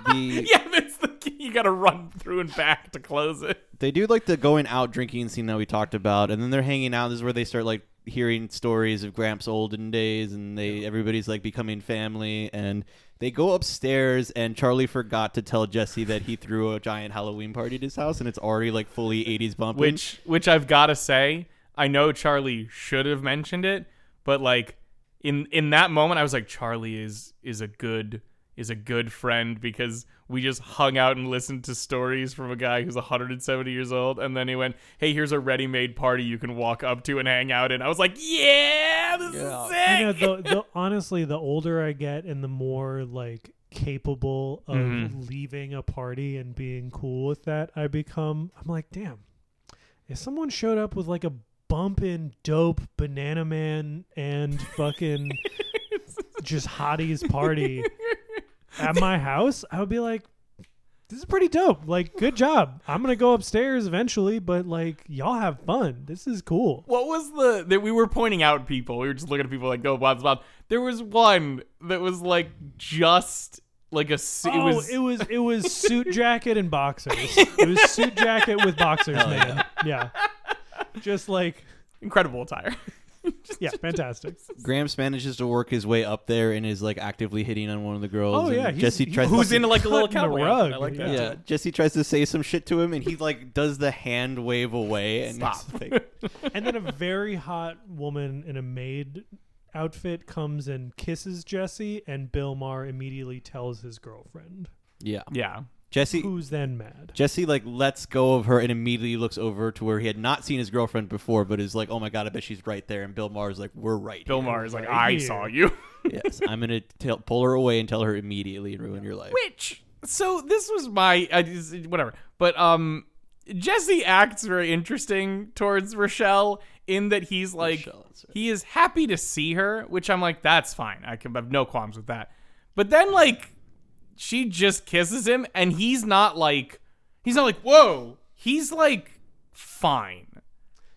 the, yeah, that's the key. You got to run through and back to close it. They do like the going out drinking scene that we talked about, and then they're hanging out. This is where they start like hearing stories of Gramps' olden days, and they everybody's like becoming family. And they go upstairs, and Charlie forgot to tell Jesse that he threw a giant Halloween party at his house, and it's already like fully '80s bumping. which which I've got to say, I know Charlie should have mentioned it, but like in in that moment, I was like, Charlie is is a good is a good friend because we just hung out and listened to stories from a guy who's 170 years old, and then he went, "Hey, here's a ready-made party you can walk up to and hang out in." I was like, "Yeah, this Yeah. You know, is sick." the, the, honestly, the older I get and the more like capable of leaving a party and being cool with that I become, I'm like, damn, if someone showed up with like a bumpin' dope banana man and fucking just hotties party at my house, I would be like, this is pretty dope. Like, good job. I'm gonna go upstairs eventually, but like, y'all have fun. This is cool. What was the that we were pointing out people? We were just looking at people like, "Oh, "Go, Bob's Bob." There was one that was like just like a. s- oh, it was it was it was suit jacket and boxers. It was suit jacket with boxers, Hell man. Yeah. Just like incredible attire. yeah, fantastic. Gramps manages to work his way up there and is like actively hitting on one of the girls. Oh, and yeah, he's- Jesse he's tries. who's to in like a little Cutting the cowboy rug, outfit. I like that. Yeah, Jesse tries to say some shit to him, and he like does the hand wave away and Stop. it's like- And then a very hot woman in a maid outfit comes and kisses Jesse and Bill Maher immediately tells his girlfriend, yeah, Yeah. Jesse who's then mad. Jesse like lets go of her and immediately looks over to where he had not seen his girlfriend before, but is like, "Oh my god, I bet she's right there." And Bill Maher's like, "We're right." Bill here." Maher is like, Right I here. saw you. yes, I'm gonna tell, pull her away and tell her immediately and ruin your life. Which, so this was my, uh, is- whatever. But, um, Jesse acts very interesting towards Rochelle in that he's like, Rochelle, that's right. he is happy to see her, which I'm like, that's fine. I can have no qualms with that. But then, like, she just kisses him and he's not like, he's not like, whoa. He's like, fine.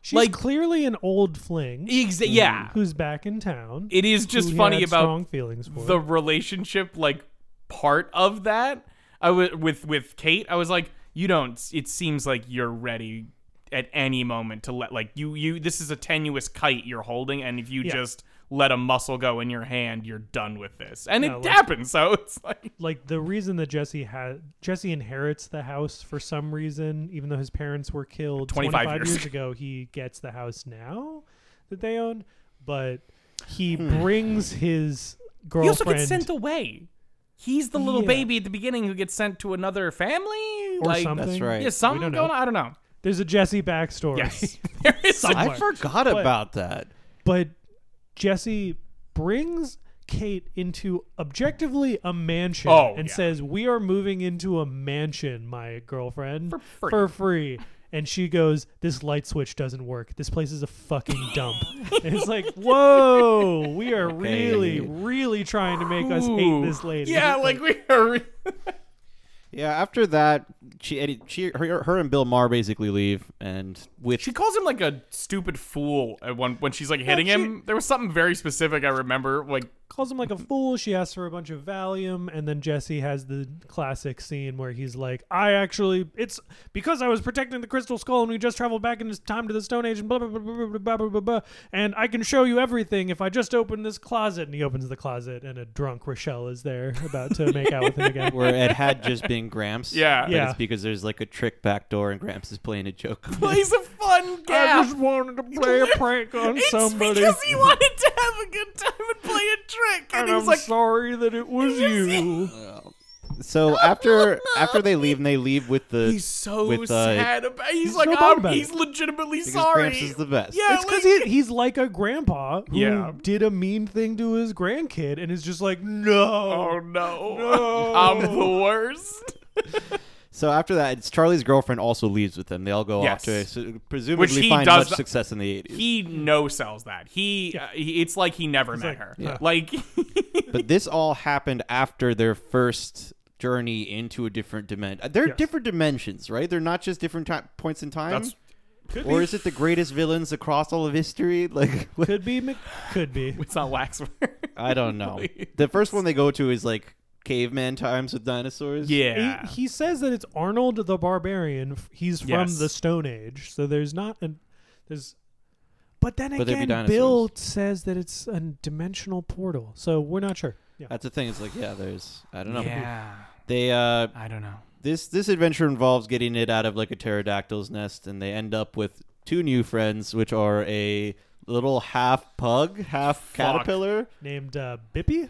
She's Like- clearly an old fling Exa- yeah. who's back in town. It is just Mm-hmm. who he funny had about strong feelings for. the relationship like part of that i was with with kate i was like you don't it seems like you're ready at any moment to let like you you this is a tenuous kite you're holding and if you Yeah. just let a muscle go in your hand you're done with this and No, it like- happens so it's like like the reason that Jesse had Jesse inherits the house for some reason, even though his parents were killed 25 years years ago, he gets Hmm. the house now that they own, but he brings his He also girlfriend. gets sent away. He's the little Yeah. baby at the beginning who gets sent to another family Or like, something. That's right. Yeah, something don't know. going on. I don't know. There's a Jesse backstory. Yeah, there is some- I somewhere. forgot But- about that. But Jesse brings Kate into objectively a mansion Oh, and yeah. says, We are moving into a mansion, my girlfriend. For free. For free. And she goes, This light switch doesn't work. This place is a fucking dump. and it's like, Whoa, we are really, Okay. really trying to make us Ooh. hate this lady. Yeah, like we are. re- Yeah, after that, she, Eddie, she, her, her and Bill Maher basically leave, and with She calls him like a stupid fool at one when she's like hitting she- him. There was something very specific I remember. Like calls him like a fool. She asks for a bunch of Valium, and then Jesse has the classic scene where he's like, "I actually, it's because I was protecting the Crystal Skull, and we just traveled back in time to the Stone Age, and blah blah blah blah blah blah blah blah, blah, and I can show you everything if I just open this closet." And he opens the closet, and a drunk Rochelle is there about to make out with him again. where it had just been Gramps. Yeah. but Yeah. It's because there's like a trick back door, and Gramps is playing a joke. on it. plays a fun I game. just wanted to play a prank on It's somebody, because he wanted to have a good time and play a trick, and, and he I'm was like, sorry that it was you. So after after they leave, and they leave with the he's so with, uh, sad about. He's, he's like, so bad I'm, about he's it. legitimately because sorry. Gramps is the best. Yeah, It's because like- he, he's like a grandpa who Yeah. did a mean thing to his grandkid and is just like, no. Oh no, No. I'm the worst. So after that, it's Charlie's girlfriend also leaves with him. They all go Yes. off to so presumably he find does much th- success in the 80s. He no sells that. He, uh, he it's like he never met like, her. Yeah. Like but this all happened after their first journey into a different dimension. They're Yes. different dimensions, right? They're not just different ti points in time. That's- or is it the greatest villains across all of history? Like what- Could be, Mc- could be. it's not waxwork. I don't know. the first one they go to is like caveman times with dinosaurs. yeah, He, he says that it's Arnold the Barbarian. F- He's from Yes. the Stone Age, so there's not an there's. But then But there'd be again, Bill says that it's a dimensional portal, so we're not sure. Yeah. That's the thing. It's like yeah, there's I don't know. yeah. They uh I don't know. this this adventure involves getting it out of like a pterodactyl's nest and they end up with two new friends which are a little half pug, half caterpillar. Named uh, Bippy.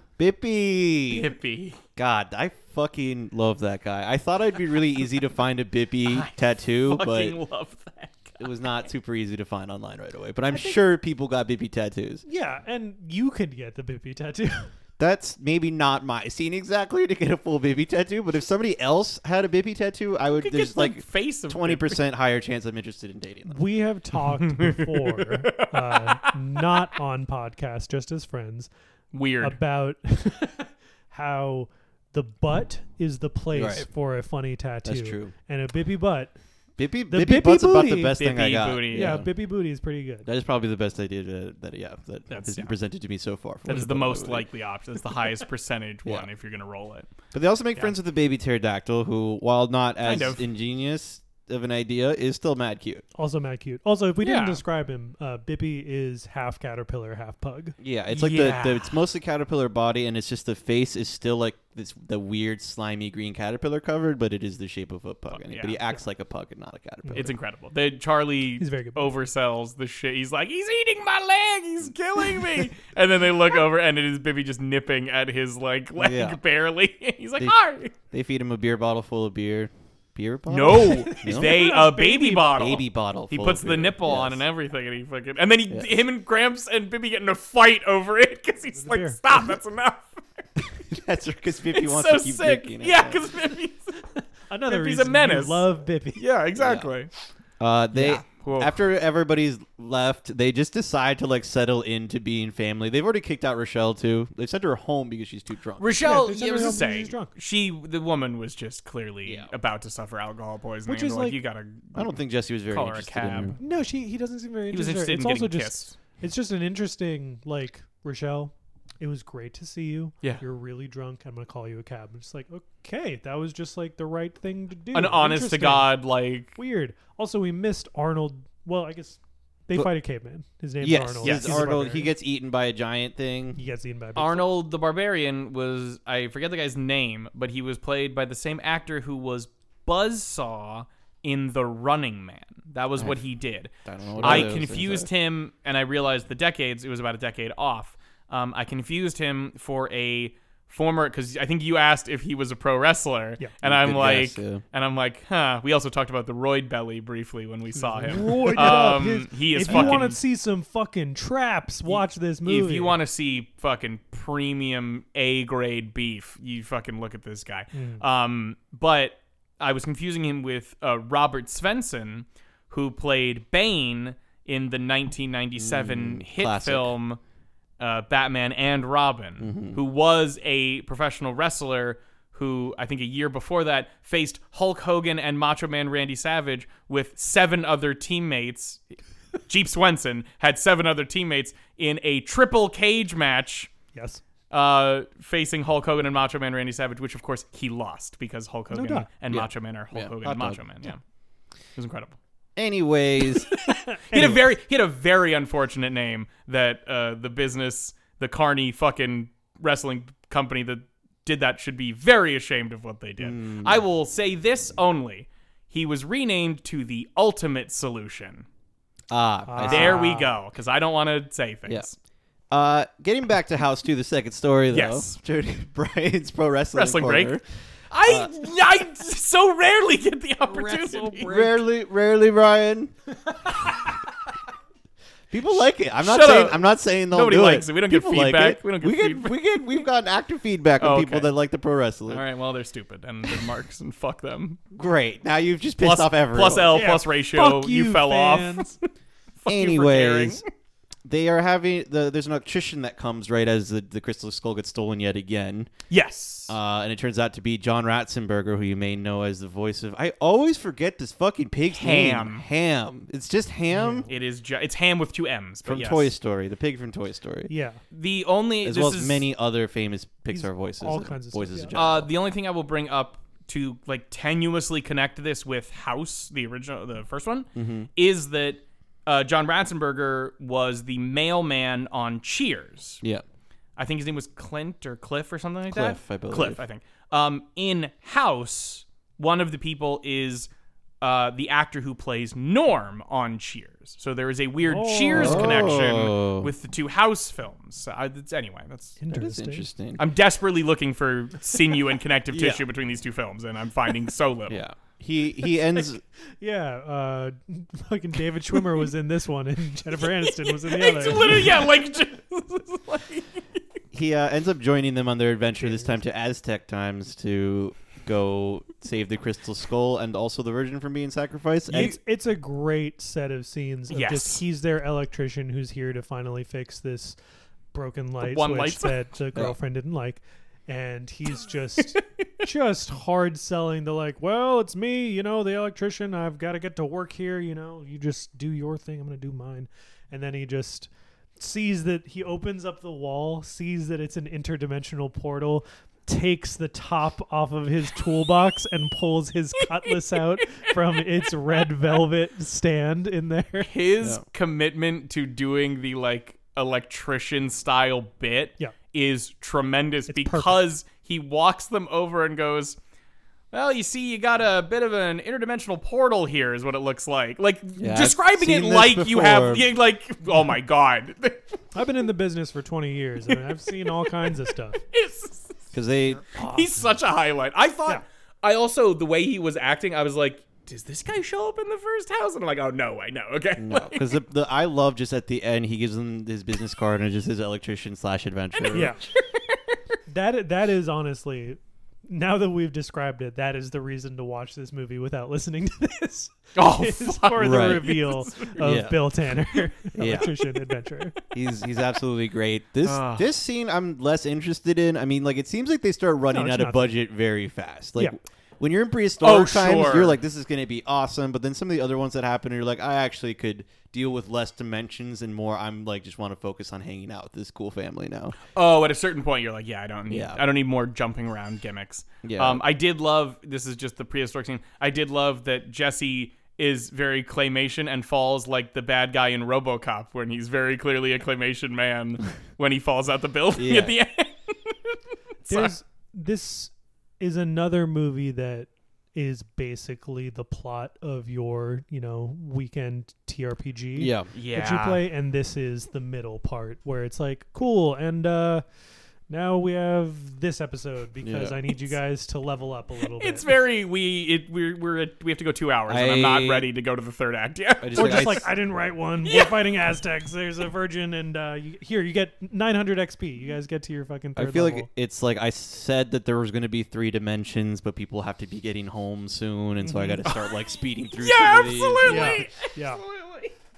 Bippy. Hippie. God, I fucking love that guy. I thought I'd be really easy to find a Bippy tattoo, but Fucking love that. Guy. it was not super easy to find online right away. But I'm sure people got Bippy tattoos. Yeah, and you could get the Bippy tattoo. That's maybe not my scene exactly to get a full Bippy tattoo, but if somebody else had a Bippy tattoo, I would Could there's get like, like face of twenty percent higher chance I'm interested in dating them. We have talked before, uh, not on podcast, just as friends, weird. about how the butt is the place Right. for a funny tattoo. true. And a bippy butt, Bippy, Bippy, The Bippy butt's about booty. the best thing I Bippy got. booty. yeah, bippy booty is pretty good. that is probably the best idea to, that yeah that That's- has been yeah. presented to me so far. for that what is a the butt most would be. likely option. It's the highest percentage Yeah. one if you're gonna roll it. But they also make friends with the baby pterodactyl, who, while not as Kind of. ingenious of an idea, is still mad cute. Also, mad cute. Also, if we Yeah. didn't describe him, uh, Bippy is half caterpillar, half pug. Yeah, it's like Yeah. The, the it's mostly caterpillar body, and it's just the face is still like this the weird slimy green caterpillar covered, but it is the shape of a pug, and yeah. but he acts like a pug and not a caterpillar. It's incredible. The Charlie He's very good. oversells the shit. He's like, he's eating my leg. He's killing me. and then they look over, and it is Bibby just nipping at his like leg Yeah. barely. he's like, They- hi. they feed him a beer bottle full of beer. Beer bottle? No, No? they a baby bottle. baby bottle. He full puts of the beer. nipple on Yes. and everything, and he fucking and then he, him and Gramps and Bibby get in a fight over it because he's like, beer. "Stop, that's enough." That's because Bippy it's wants so to keep sick. drinking. it. Yeah, because Bibby's Another Bippy's a reason we menace. love Bippy. yeah, exactly. Uh, they Yeah. Whoa. after everybody's left, they just decide to like settle into being family. They've already kicked out Rochelle too. They sent her home because she's too drunk. Rochelle, yeah, Yeah, they was sent her home just because saying, she's drunk. she the woman was just clearly Yeah. about to suffer alcohol poisoning. Which and is they're like, like- you gotta. I don't think Jesse was very Call her a interested in her. cab. No, she he doesn't seem very He was interested. interested in it's getting also just kissed. It's just an interesting, like, Rochelle, it was great to see you. Yeah. You're really drunk. I'm going to call you a cab. I'm just like, okay, that was just like the right thing to do. An honest to Interesting. god, like Weird. Also, we missed Arnold. Well, I guess they But- fight a caveman. His name's Yes, Arnold. yes. He's a Arnold. He barbarian. gets eaten by a giant thing. he gets eaten by a big Arnold the Barbarian was I forget the guy's name, but he was played by the same actor who was Buzzsaw in The Running Man. That was what he did. I don't know what I it is. confused him and I realized the decades, it was about a decade off. Um, I confused him for a former because I think you asked if he was a pro wrestler, Yeah. and I'm Good like, guess, yeah. and I'm like, huh. We also talked about the roid belly briefly when we saw him. Roid it up. um, His- he is if fucking. you want to see some fucking traps, watch this movie. If you want to see fucking premium A grade beef, you fucking look at this guy. Hmm. Um, but I was confusing him with uh, Robert Svensson, who played Bane in the 1997 hit classic. film uh, Batman and Robin, who was a professional wrestler. Who I think a year before that faced Hulk Hogan and Macho Man Randy Savage with seven other teammates Jeep Swenson had seven other teammates in a triple cage match yes, uh, facing Hulk Hogan and Macho Man Randy Savage, which of course he lost because Hulk Hogan doubt. and Yeah. Macho Man are Hulk Yeah, Hogan hot and dog. Macho Man. Yeah. It was incredible. Anyways, He had a very he had a very unfortunate name that uh, the business the Carney fucking wrestling company that did that should be very ashamed of what they did. Hmm. I will say this only. He was renamed to the Ultimate Solution. ah, I see. There we go, because I don't want to say things. Yeah. Uh, getting back to House 2, the second story, though. Yes. Jody Bryan's Pro Wrestling, Wrestling break. corner. I Uh, I so rarely get the opportunity. Rarely, rarely, Brian. People like it. I'm not Shut saying. up. I'm not saying they'll Nobody do likes it. it. We don't get People like feedback. it. We don't get we get, feedback. We get. We've gotten active feedback from Oh, people okay. that like the pro wrestler. All right, well they're stupid and they're marks and fuck them. Great. Now you've just pissed Plus off everyone. plus L Yeah. plus ratio. Fuck you, you, fell fans. off. Fuck you for caring. Anyways, they are having the, there's an electrician that comes right as the, the crystal skull gets stolen yet again, yes. uh, and it turns out to be John Ratzenberger, who you may know as the voice of. I always forget this fucking pig's Ham. name. Ham. It's just Ham it is. Ju- it's ham with two M's. But from yes. Toy Story, the pig from Toy Story, yeah. The only as this well as is, many other famous Pixar He's voices. all and kinds of stuff, voices in yeah. Uh, general. the only thing I will bring up to like tenuously connect this with House, the original, the first one, Mm-hmm. is that uh, John Ratzenberger was the mailman on Cheers. yeah. I think his name was Clint or Cliff or something like Cliff, that. I believe. Cliff, I think. Um, in House, one of the people is uh, the actor who plays Norm on Cheers. So there is a weird Cheers Oh. connection with the two House films. So I, it's, anyway, that's. That is Interesting. interesting. I'm desperately looking for sinew and connective tissue between these two films, and I'm finding so little. yeah. He he ends. Yeah, uh, fucking David Schwimmer was in this one, and Jennifer Aniston was in the It's other. literally, yeah, like, just- like- he uh, ends up joining them on their adventure this time to Aztec times to go save the crystal skull and also the virgin from being sacrificed. And It's it's a great set of scenes. Of Yes. just he's their electrician who's here to finally fix this broken light one switch light sw- that the girlfriend didn't like, and he's just just hard selling the like. Well, it's me, you know, the electrician. I've got to get to work here. You know, you just do your thing. I'm gonna do mine, and then he just sees that he opens up the wall, sees that it's an interdimensional portal, takes the top off of his toolbox and pulls his cutlass out from its red velvet stand in there. his Yeah. commitment to doing the like electrician style bit Yeah. is tremendous because he walks them over and goes well you see you got a bit of an interdimensional portal here is what it looks like like I've describing it seen this like you have before. yeah, like oh my god I've been in the business for 20 years and I've seen all kinds of stuff. It's- because they he's such a highlight i thought i also the way he was acting i was like does this guy show up in the first house and i'm like oh no way no okay Like- because the, the I love just at the end he gives them his business card and it just says electrician slash adventure. Yeah. That that is honestly now that we've described it, that is the reason to watch this movie without listening to this. oh Is fuck. for the Right. reveal of Yeah. Bill Tanner, electrician adventure. he's he's absolutely great. This Ah. this scene I'm less interested in. I mean, like it seems like they start running it's out of not. budget very fast. Like. Yeah. When you're in prehistoric Oh, times, sure. you're like, "This is going to be awesome," but then some of the other ones that happen, you're like, "I actually could deal with less dimensions and more." I'm like, just want to focus on hanging out with this cool family now. Oh, at a certain point, you're like, yeah, I don't need, Yeah. I don't need more jumping around gimmicks. Yeah. Um, I did love. This is just the prehistoric scene. I did love that Jesse is very claymation and falls like the bad guy in RoboCop when he's very clearly a claymation man when he falls out the building Yeah. at the end. There's this is another movie that is basically the plot of your, you know, weekend TRPG Yeah. Yeah. that you play, and this is the middle part where it's like, cool, and uh, now we have this episode because Yeah. I need you guys to level up a little bit. It's very we it we're we're at, we have to go two hours and I'm not I- ready to go to the third act yet. I or I just like I didn't write one. We're fighting Aztecs. There's a virgin, and uh, you, here you get 900 XP. You guys get to your fucking. I Third feel level. like it's like I said that there was going to be three dimensions, but people have to be getting home soon, and so I got to start like speeding through. Mm-hmm. yeah, some of these. absolutely. yeah. Absolutely.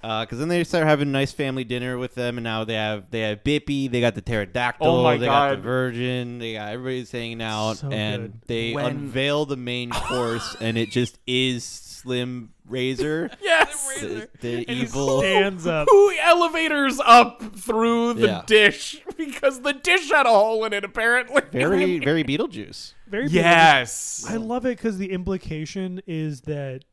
Because Uh, then they start having a nice family dinner with them, and now they have they have Bippy, they got the pterodactyl, Oh my they got God. the Virgin, they got everybody's hanging out, So and good. they When- unveil the main course, and it just is Slim Razor, Yes. the, the he's evil. Stands up. Who elevators up through the Yeah. dish because the dish had a hole in it apparently. Very, very Beetlejuice. Very beautiful. Yes. I love it because the implication is that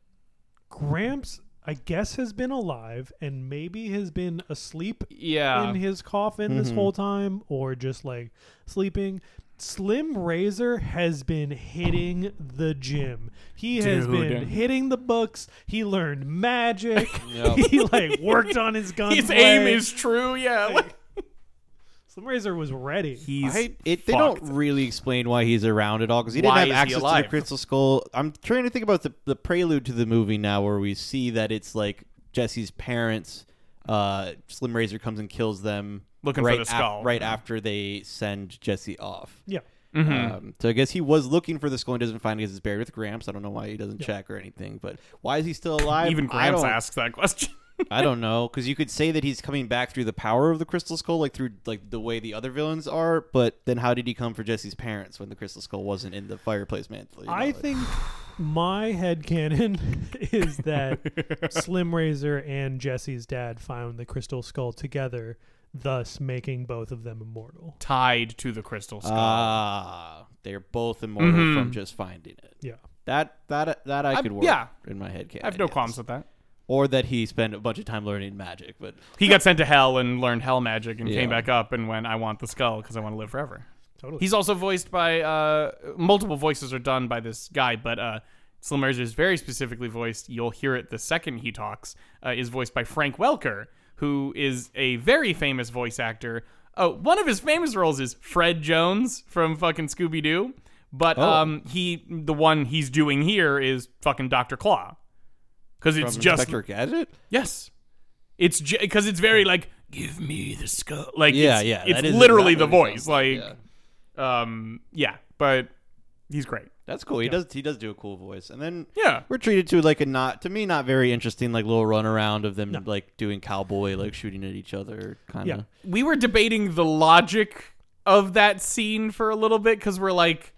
Gramps, I guess, has been alive and maybe has been asleep yeah. in his coffin this whole time or just like sleeping. Slim Razor has been hitting the gym. He has been Dude. hitting the books. He learned magic. Yep. he like worked on his gun. His aim is true, yeah. like- Slim Razor was ready. He's I, it, they don't really explain why he's around at all because he didn't Why have is he access to the alive? crystal skull. I'm trying to think about the, the prelude to the movie now, where we see that it's like Jesse's parents. Uh, Slim Razor comes and kills them Looking for right the af- skull. right after they send Jesse off. yeah. Mm-hmm. Um, so I guess he was looking for the skull and doesn't find it because it's buried with Gramps. I don't know why he doesn't check or anything, but why is he still alive? Even I Gramps don't- asks that question. I don't know because you could say that he's coming back through the power of the crystal skull, like through like the way the other villains are. But then, how did he come for Jesse's parents when the crystal skull wasn't in the fireplace mantle? you know, I like- think my headcanon is that Slim Razor and Jesse's dad found the crystal skull together, thus making both of them immortal. Tied to the crystal Uh, skull. ah, they're both immortal Mm-hmm. from just finding it. Yeah. That that that I could work. yeah. in my head. Canon, I have no yes. qualms with that. Or that he spent a bunch of time learning magic, but He got sent to hell and learned hell magic and Yeah. came back up and went, I want the skull because I want to live forever. Totally. He's also voiced by uh, multiple voices are done by this guy, but uh, Slim Razor is very specifically voiced. You'll hear it the second he talks. Uh, is voiced by Frank Welker, who is a very famous voice actor. Oh, one of his famous roles is Fred Jones from fucking Scooby Doo, but Oh. um, he the one he's doing here is fucking Doctor Claw, because it's from just Inspector Gadget. Yes. It's because it's very like give me the skull. Like Yeah, it's, yeah, It's that is literally exactly the what it voice. sounds like, Like, um, yeah, but he's great. That's cool. He does he does do a cool voice, and then Yeah. we're treated to like a not to me not very interesting like little runaround of them like doing cowboy like shooting at each other kind of. Yeah. We were debating the logic of that scene for a little bit because we're like,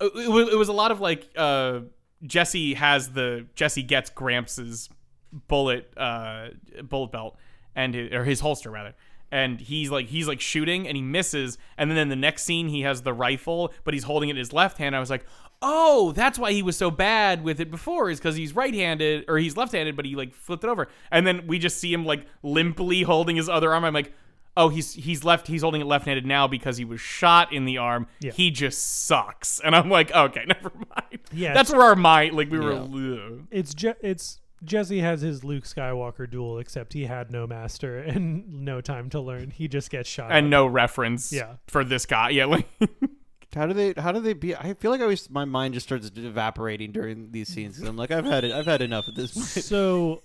it, it was- it was a lot of like uh, Jesse has the Jesse gets Gramps's bullet uh, bullet belt and his, or his holster rather. And he's like he's like shooting and he misses and then in the next scene he has the rifle but he's holding it in his left hand. I was like, oh, that's why he was so bad with it before is because he's right-handed or he's left-handed but he like flipped it over. And then we just see him like limply holding his other arm. I'm like, oh, he's he's left he's holding it left-handed now because he was shot in the arm. Yeah. He just sucks. And I'm like, okay, never mind. Yeah, That's where our mind, like, we were. "Ugh." it's Je- it's Jesse has his Luke Skywalker duel, except he had no master and no time to learn. He just gets shot. And up. no reference Yeah. for this guy. Yeah, like, How do they? How do they be? I feel like I always my mind just starts evaporating during these scenes. 'cause I'm like, I've had it. I've had enough at this point. so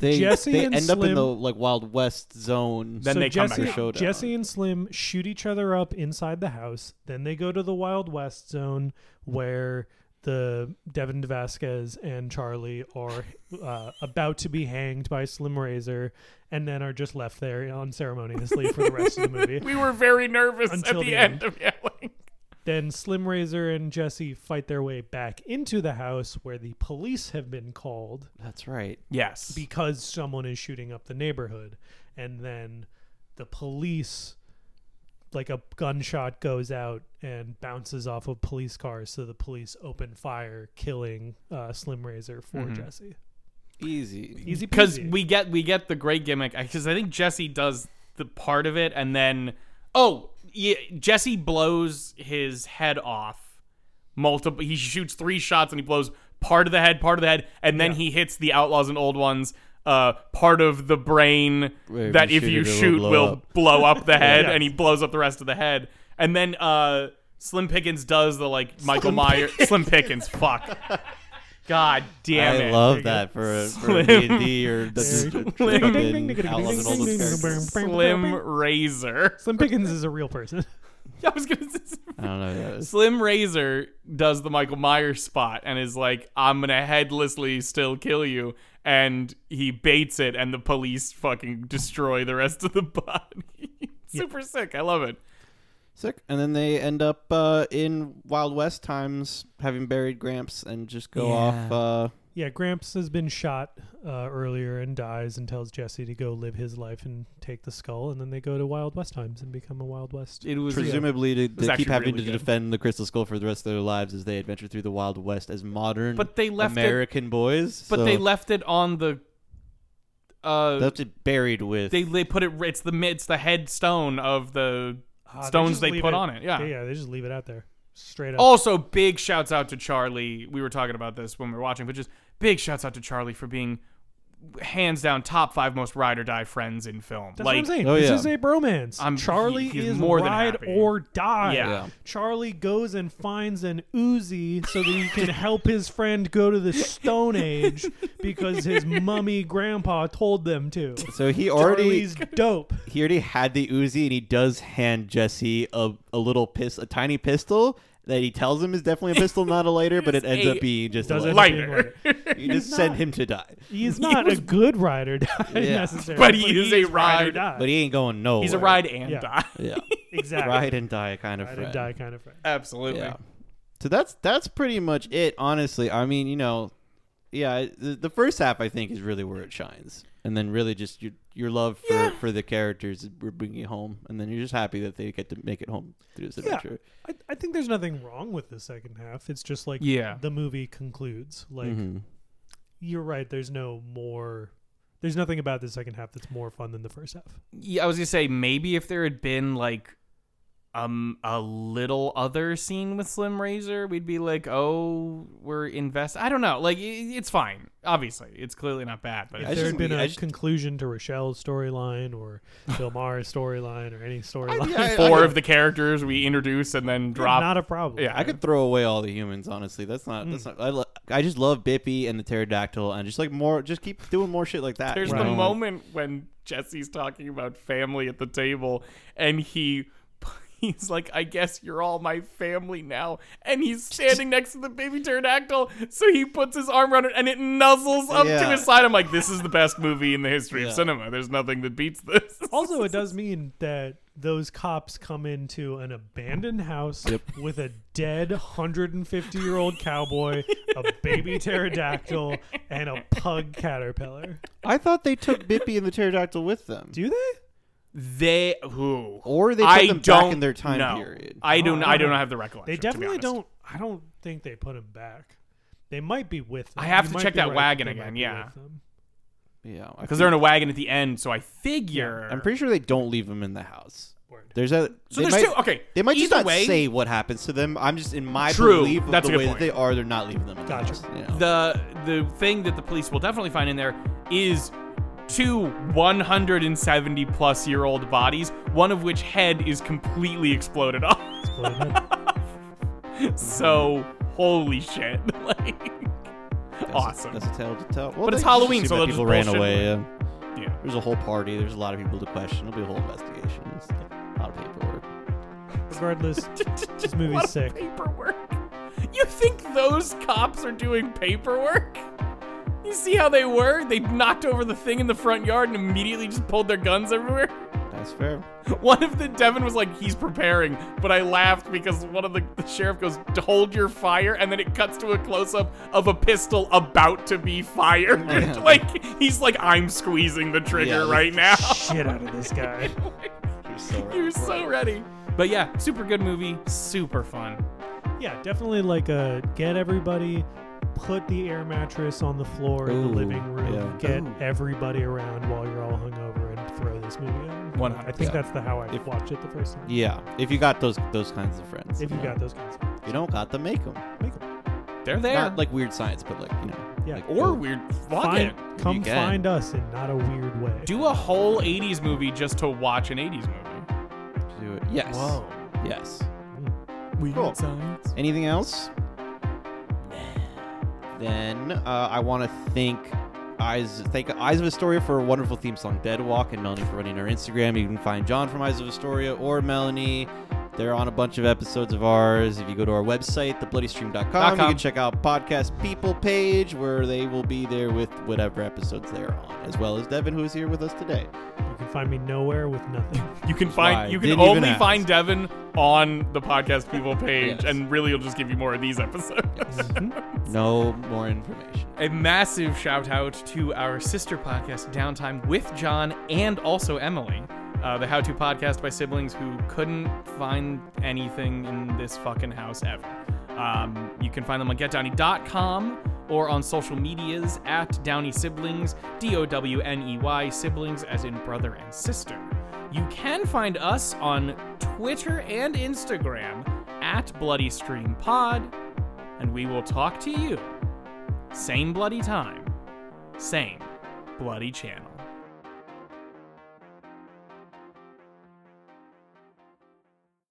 They Jesse they and end up in Slim- the like Wild West zone. Then so they come back Jesse, for showdown. Jesse and Slim shoot each other up inside the house. Then they go to the Wild West zone where the Devin Vasquez and Charlie are uh, about to be hanged by Slim Razor, and then are just left there unceremoniously for the rest of the movie. we were very nervous Until at the, the end. end. of yeah, like, Then Slim Razor and Jesse fight their way back into the house where the police have been called That's right. Yes. because someone is shooting up the neighborhood. And then the police, like a gunshot goes out and bounces off a police car. So the police open fire, killing uh, Slim Razor for Jesse. Easy. Easy because peasy. Mm-hmm. we get we get the great gimmick because I think Jesse does the part of it, and then oh, yeah, Jesse blows his head off multiple. He shoots three shots and he blows part of the head, part of the head, and then he hits the outlaws and old ones. Uh, part of the brain Where if that you if shoot you it, it'll shoot blow will up. blow up the head, Yeah. and he blows up the rest of the head. And then uh, Slim Pickens does the like Michael Myers. Slim Pickens, fuck. God damn I it! love that for a, for a Slim- D&D or the Slim- fucking Outlaws and all those characters. Slim Razor. Slim Pickens is a real person. I was gonna say I don't know. who that is. Slim Razor does the Michael Myers spot and is like, "I'm gonna headlessly still kill you," and he baits it, and the police fucking destroy the rest of the body. Super sick. I love it. Sick. And then they end up uh, in Wild West times, having buried Gramps, and just go off. Yeah. Uh, Yeah, Gramps has been shot uh, earlier and dies and tells Jesse to go live his life and take the skull, and then they go to Wild West times and become a Wild West. It was presumably to, to actually keep having really to good. defend the Crystal Skull for the rest of their lives as they adventure through the Wild West as modern But they left it- American boys. but so they left it on the. Uh, that's it buried with. they they put it. It's the mid- it's the headstone of the Ah, stones just they leave put on it, yeah. yeah, they just leave it out there, straight up. Also, big shouts out to Charlie. We were talking about this when we were watching, but just big shouts out to Charlie for being hands down top five most ride or die friends in film. That's like, what I'm saying. Oh, this yeah. is a bromance. I'm- Charlie he- he's is more than ride happy. or die. Yeah. Yeah. Charlie goes and finds an Uzi so that he can help his friend go to the Stone Age because his mummy grandpa told them to. so he already Charlie's dope. he already had the Uzi, and he does hand Jesse a, a little pis a tiny pistol that he tells him is definitely a pistol, not a lighter, but it ends a- up being just a Doesn't- lighter. lighter, You just send him to die, He's not a good ride or die Yeah. necessarily, But he is a he's ride or ride- die. but he ain't going nowhere. he's a ride and Yeah. die. Yeah, exactly ride and die kind of ride friend. or die kind of friend. Absolutely. Yeah. So that's that's pretty much it, honestly. I mean, you know, yeah, the, the first half I think is really where it shines, and then really just your your love for, for the characters we're bringing it home, and then you're just happy that they get to make it home through this Yeah, adventure. I, I think there's nothing wrong with the second half. It's just like Yeah. the movie concludes. Like Mhm. you're right. There's no more. There's nothing about the second half that's more fun than the first half. Yeah, I was gonna say maybe if there had been like um a little other scene with Slim Razor, we'd be like, oh, we're invest. I don't know. Like, i- it's fine. Obviously, it's clearly not bad, but it's If I there just- had been I a just- conclusion to Rochelle's storyline or Bill Maher's storyline or any storyline, four of the characters we introduce and then drop. not a problem. Yeah, I could throw away all the humans, honestly. That's not. That's Mm. not. I, lo- I just love Bippy and the pterodactyl, and just like more. Just keep doing more shit like that. There's you the know? moment when Jesse's talking about family at the table, and he he's like, "I guess you're all my family now," and he's standing next to the baby pterodactyl. So he puts his arm around it, and it nuzzles up to Yeah. his side. I'm like, "This is the best movie in the history of Yeah. cinema. There's nothing that beats this." Oh. Also, it does mean that those cops come into an abandoned house with a dead 150 year old cowboy, a baby pterodactyl, and a pug caterpillar. I thought they took Bippy and the pterodactyl with them, Do they? They who or they put I them don't back in their time know. period. I do. not I do Oh. not have the recollection. They to be definitely honest. don't. I don't think they put him back. They might be with. Them. I have You to might check be that right. wagon They again, might be yeah. with them. yeah, I because they're in a wagon at the end. So I figure I'm pretty sure they don't leave him in the house. Word. There's a So they there's might- two. Okay, They might just either not way, say what happens to them. I'm just in my True, belief of that's a the good way point. that they are. They're not leaving them. In the Gotcha. house, you know? the the thing that the police will definitely find in there is two 170 plus year old bodies, one of which head is completely exploded off. Blow it up. So holy shit, like That's a- awesome. that's a tale to tell. Well, But it's they- Halloween, see so that they'll people just ran bullshit away. with yeah. yeah. There's a whole party. There's a lot of people to question. There'll be a whole investigation. It's a lot of paperwork. Regardless, this A lot movie's of sick. Paperwork. You think those cops are doing paperwork? You see how they were? They knocked over the thing in the front yard and immediately just pulled their guns everywhere. That's fair. One of the Devin was like, he's preparing, but I laughed because one of the, the sheriff goes, "Hold your fire," and then it cuts to a close up of a pistol about to be fired. Yeah. like he's like, "I'm squeezing the trigger Yeah. right now." Shit out of this guy. You're so right. You're so ready. But yeah, super good movie, super fun. Yeah, definitely like a get everybody, put the air mattress on the floor in the Ooh, living room, yeah. get Ooh. everybody around while you're all hungover and throw this movie on. 100. I think Yeah. that's the how I If- watched it the first time. Yeah, if you got those those kinds of friends. If you know. got those kinds of you don't got them, make them. make 'em. They're there. Not like weird science, but like you know. Yeah. like, or go- weird. Fuck Find, it. come can. find us in not a weird way. Do a whole 80s movie just to watch an 80s movie. do it. Yes. Yes. Weird Cool. science. Anything else? Then uh, I want to thank Eyes thank Eyes of Astoria for a wonderful theme song, Dead Walk, and Melanie for running our Instagram. You can find John from Eyes of Astoria or Melanie. They're on a bunch of episodes of ours. If you go to our website, thebloodystream.com, com. you can check out Podcast People page where they will be there with whatever episodes they are on, as well as Devin, who is here with us today. You can find me nowhere with nothing. You can find Why? you can Didn't even only ask. find Devin on the podcast people page Yes. and really it'll just give you more of these episodes. Mhm. No more information. A massive shout out to our sister podcast, Downtime with John and also Emily, uh, the how to podcast by siblings who couldn't find anything in this fucking house ever. Um, you can find them on getdowny.com or on social medias at Downey Siblings, D O W N E Y siblings, as in brother and sister. You can find us on Twitter and Instagram at Bloody Stream Pod, and we will talk to you same bloody time, same bloody channel.